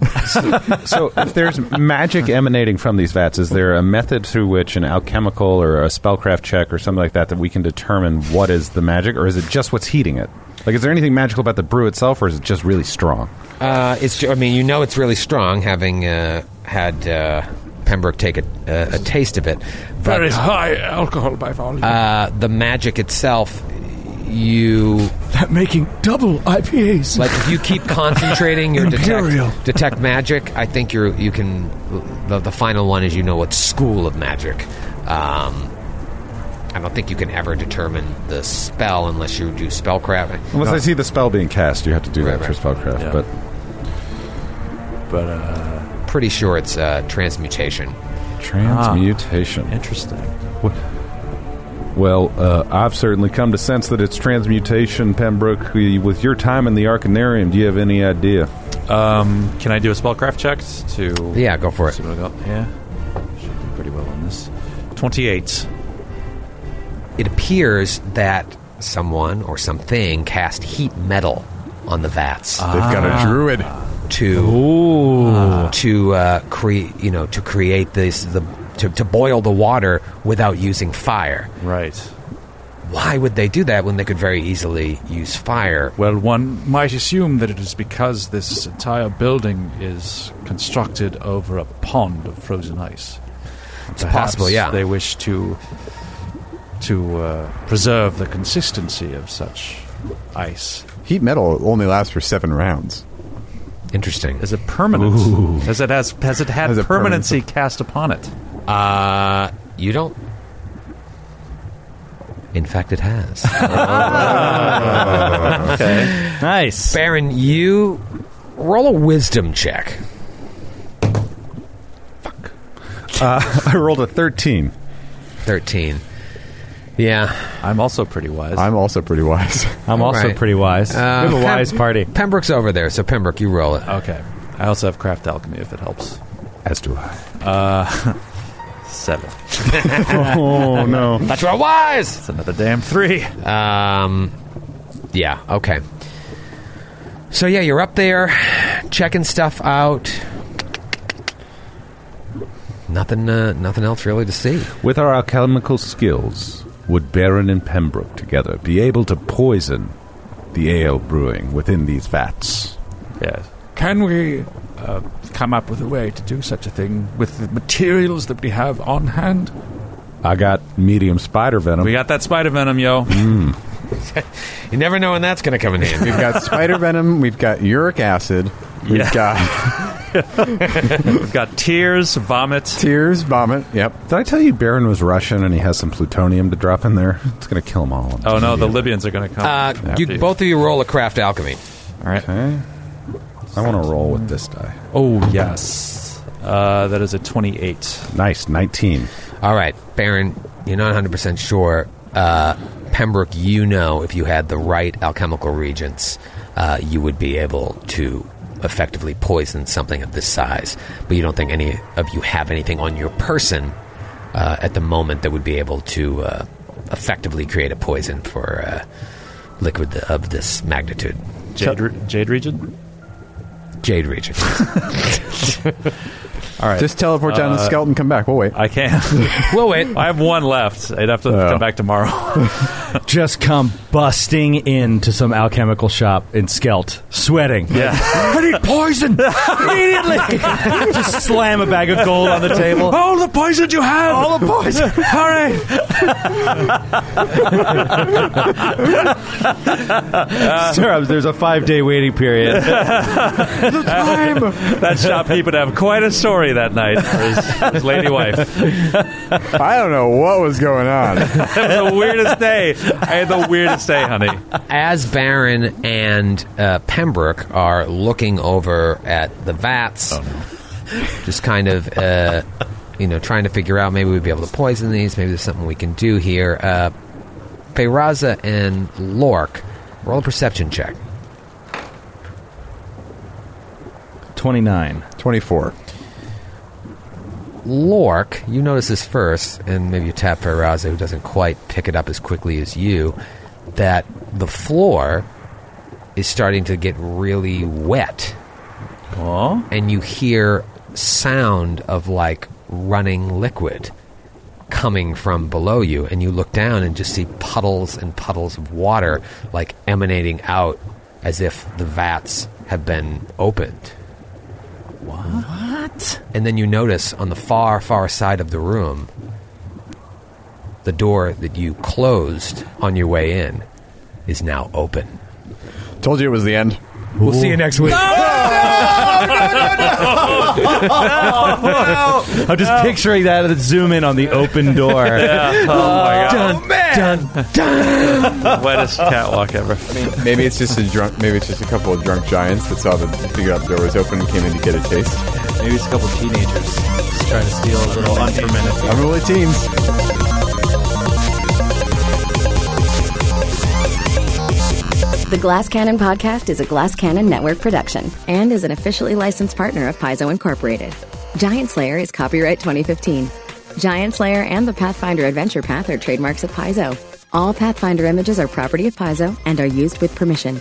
C: so if there's magic emanating from these vats, is there a method through which an alchemical or a spellcraft check or something like that that we can determine what is the magic, or is it just what's heating it? Like, is there anything magical about the brew itself, or is it just really strong?
G: Uh, it's. ju- I mean, you know, it's really strong, having uh, had uh, Pembroke take a, a, a taste of it. But,
I: Very high alcohol by volume.
G: Uh, the magic itself, you
Q: That making double IPAs.
G: like if you keep concentrating your
Q: Imperial.
G: detect, detect magic. I think you're you can. The, the final one is you know what school of magic. Um, I don't think you can ever determine the spell unless you do spellcraft.
C: Unless I see the spell being cast, you have to do
G: Right,
C: that
G: right.
C: for spellcraft.
G: Yeah.
C: But
G: but uh, pretty sure it's uh, transmutation.
C: transmutation,
G: Ah,
F: interesting.
C: Well, uh, I've certainly come to sense that it's transmutation, Pembroke. Y- With your time in the Arcanarium, do you have any idea? [LAUGHS]
F: Um, can I do a spellcraft check to?
C: Yeah, go for it.
F: see what I got. Yeah, should do pretty well on this. Twenty-eight.
G: It appears that someone or something cast heat metal on the vats.
J: They've got a Ah.
G: druid to to uh, create you know to create this the to, to boil the water without using fire.
F: Right.
G: Why would they do that when they could very easily use fire?
F: Well, one might assume that it is because this entire building is constructed over a pond of frozen ice.
G: It's possible, yeah.
F: They wish to to uh, preserve the consistency of such ice.
A: Heat metal only lasts for seven rounds.
G: Interesting.
F: Is it permanent?
A: Ooh.
F: Has it has, has it had
A: Has it
F: permanency cast upon it?
G: Uh, you don't. In fact, it has. [LAUGHS]
F: Okay.
G: Nice. Baron, you roll a wisdom check.
C: Uh, I rolled a 13.
G: 13. Yeah.
F: I'm also pretty wise.
A: I'm also pretty wise.
G: All right. Uh,
A: We have a wise
G: Pem- Pembroke's over there, so Pembroke, you roll it.
F: Okay. I also have craft alchemy if it helps.
C: As do I.
F: Uh, [LAUGHS] seven.
C: Oh, no.
G: That's real wise.
F: It's another damn three.
G: Um, yeah. Okay. So yeah, you're up there checking stuff out. Nothing. Uh, nothing else really to see.
C: With our alchemical skills, would Baron and Pembroke together be able to poison the ale brewing within these vats?
F: Yes. Can we uh, come up with a way to do such a thing with the materials that we have on hand?
C: I got medium spider venom.
F: We got that spider venom, yo.
G: you never know when that's going to come in handy.
A: We've got spider venom. We've got uric acid. We've
F: Yeah.
A: got
F: We've got tears, vomit.
A: Tears, vomit. Yep.
C: Did I tell you Baron was Russian and he has some plutonium to drop in there? It's going to kill them all.
F: Oh no, the Libyans are going to come.
G: Uh, you,
F: After
G: both of you roll a craft alchemy.
F: All right.
C: I want to roll with this die.
F: Oh yes, uh, that is a twenty-eight.
C: Nice, 19.
G: All right, Baron, you're not 100 percent sure. Uh, Pembroke, you know if you had the right alchemical reagents, uh, you would be able to effectively poison something of this size. But you don't think any of you have anything on your person uh, at the moment that would be able to uh, effectively create a poison for uh, liquid of this magnitude.
F: Jade, Jade region.
G: Jade region.
F: All right.
A: Just teleport down the
F: Uh,
A: skeleton. Come back. We'll wait.
F: I [LAUGHS] can't.
G: we'll wait.
F: I have one left. I'd have to come back tomorrow.
R: [LAUGHS] Just come busting into some alchemical shop in Skelt, sweating.
F: Yeah.
R: I need poison
F: [LAUGHS]
R: immediately. Just slam a bag of gold on the table.
F: All the poison you have.
R: All the poison.
F: [LAUGHS] Hurry.
R: Sir, there's a five day waiting period.
F: the time. that [LAUGHS] shopkeeper would have quite a story that night for his, his lady [LAUGHS] wife.
A: I don't know what was going
F: [LAUGHS]
A: on.
F: That was the weirdest day. I had the weirdest day, honey.
G: As Baron and uh, Pembroke are looking over at the vats, just kind of, uh, you know, trying to figure out maybe we'd be able to poison these. Maybe there's something we can do here. Uh, Feyraza and Lork, roll a perception check.
R: 29.
A: 24.
G: Lork, you notice this first, and maybe you tap Ferraza, who doesn't quite pick it up as quickly as you, that the floor is starting to get really wet.
F: Oh.
G: And you hear sound of like running liquid coming from below you, and you look down and just see puddles and puddles of water like emanating out as if the vats have been opened.
T: What?
G: And then you notice on the far, far side of the room the door that you closed on your way in is now open.
A: Told you it was the end.
G: We'll see you next week.
T: Oh, no!
U: [LAUGHS] I'm just picturing that and zoom in on the open door.
V: [LAUGHS] Yeah. Oh, my God.
U: Dun, dun,
V: Wettest catwalk ever.
A: Maybe it's just a drunk. Maybe it's just a couple of drunk giants that saw the figured out the door was open and came in to get a taste.
W: Maybe it's a couple teenagers just trying to steal a little unfermented.
A: Unruly teens.
D: The Glass Cannon Podcast is a Glass Cannon Network production and is an officially licensed partner of Paizo Incorporated. Giant Slayer is copyright 2015. Giant Slayer and the Pathfinder Adventure Path are trademarks of Paizo. All Pathfinder images are property of Paizo and are used with permission.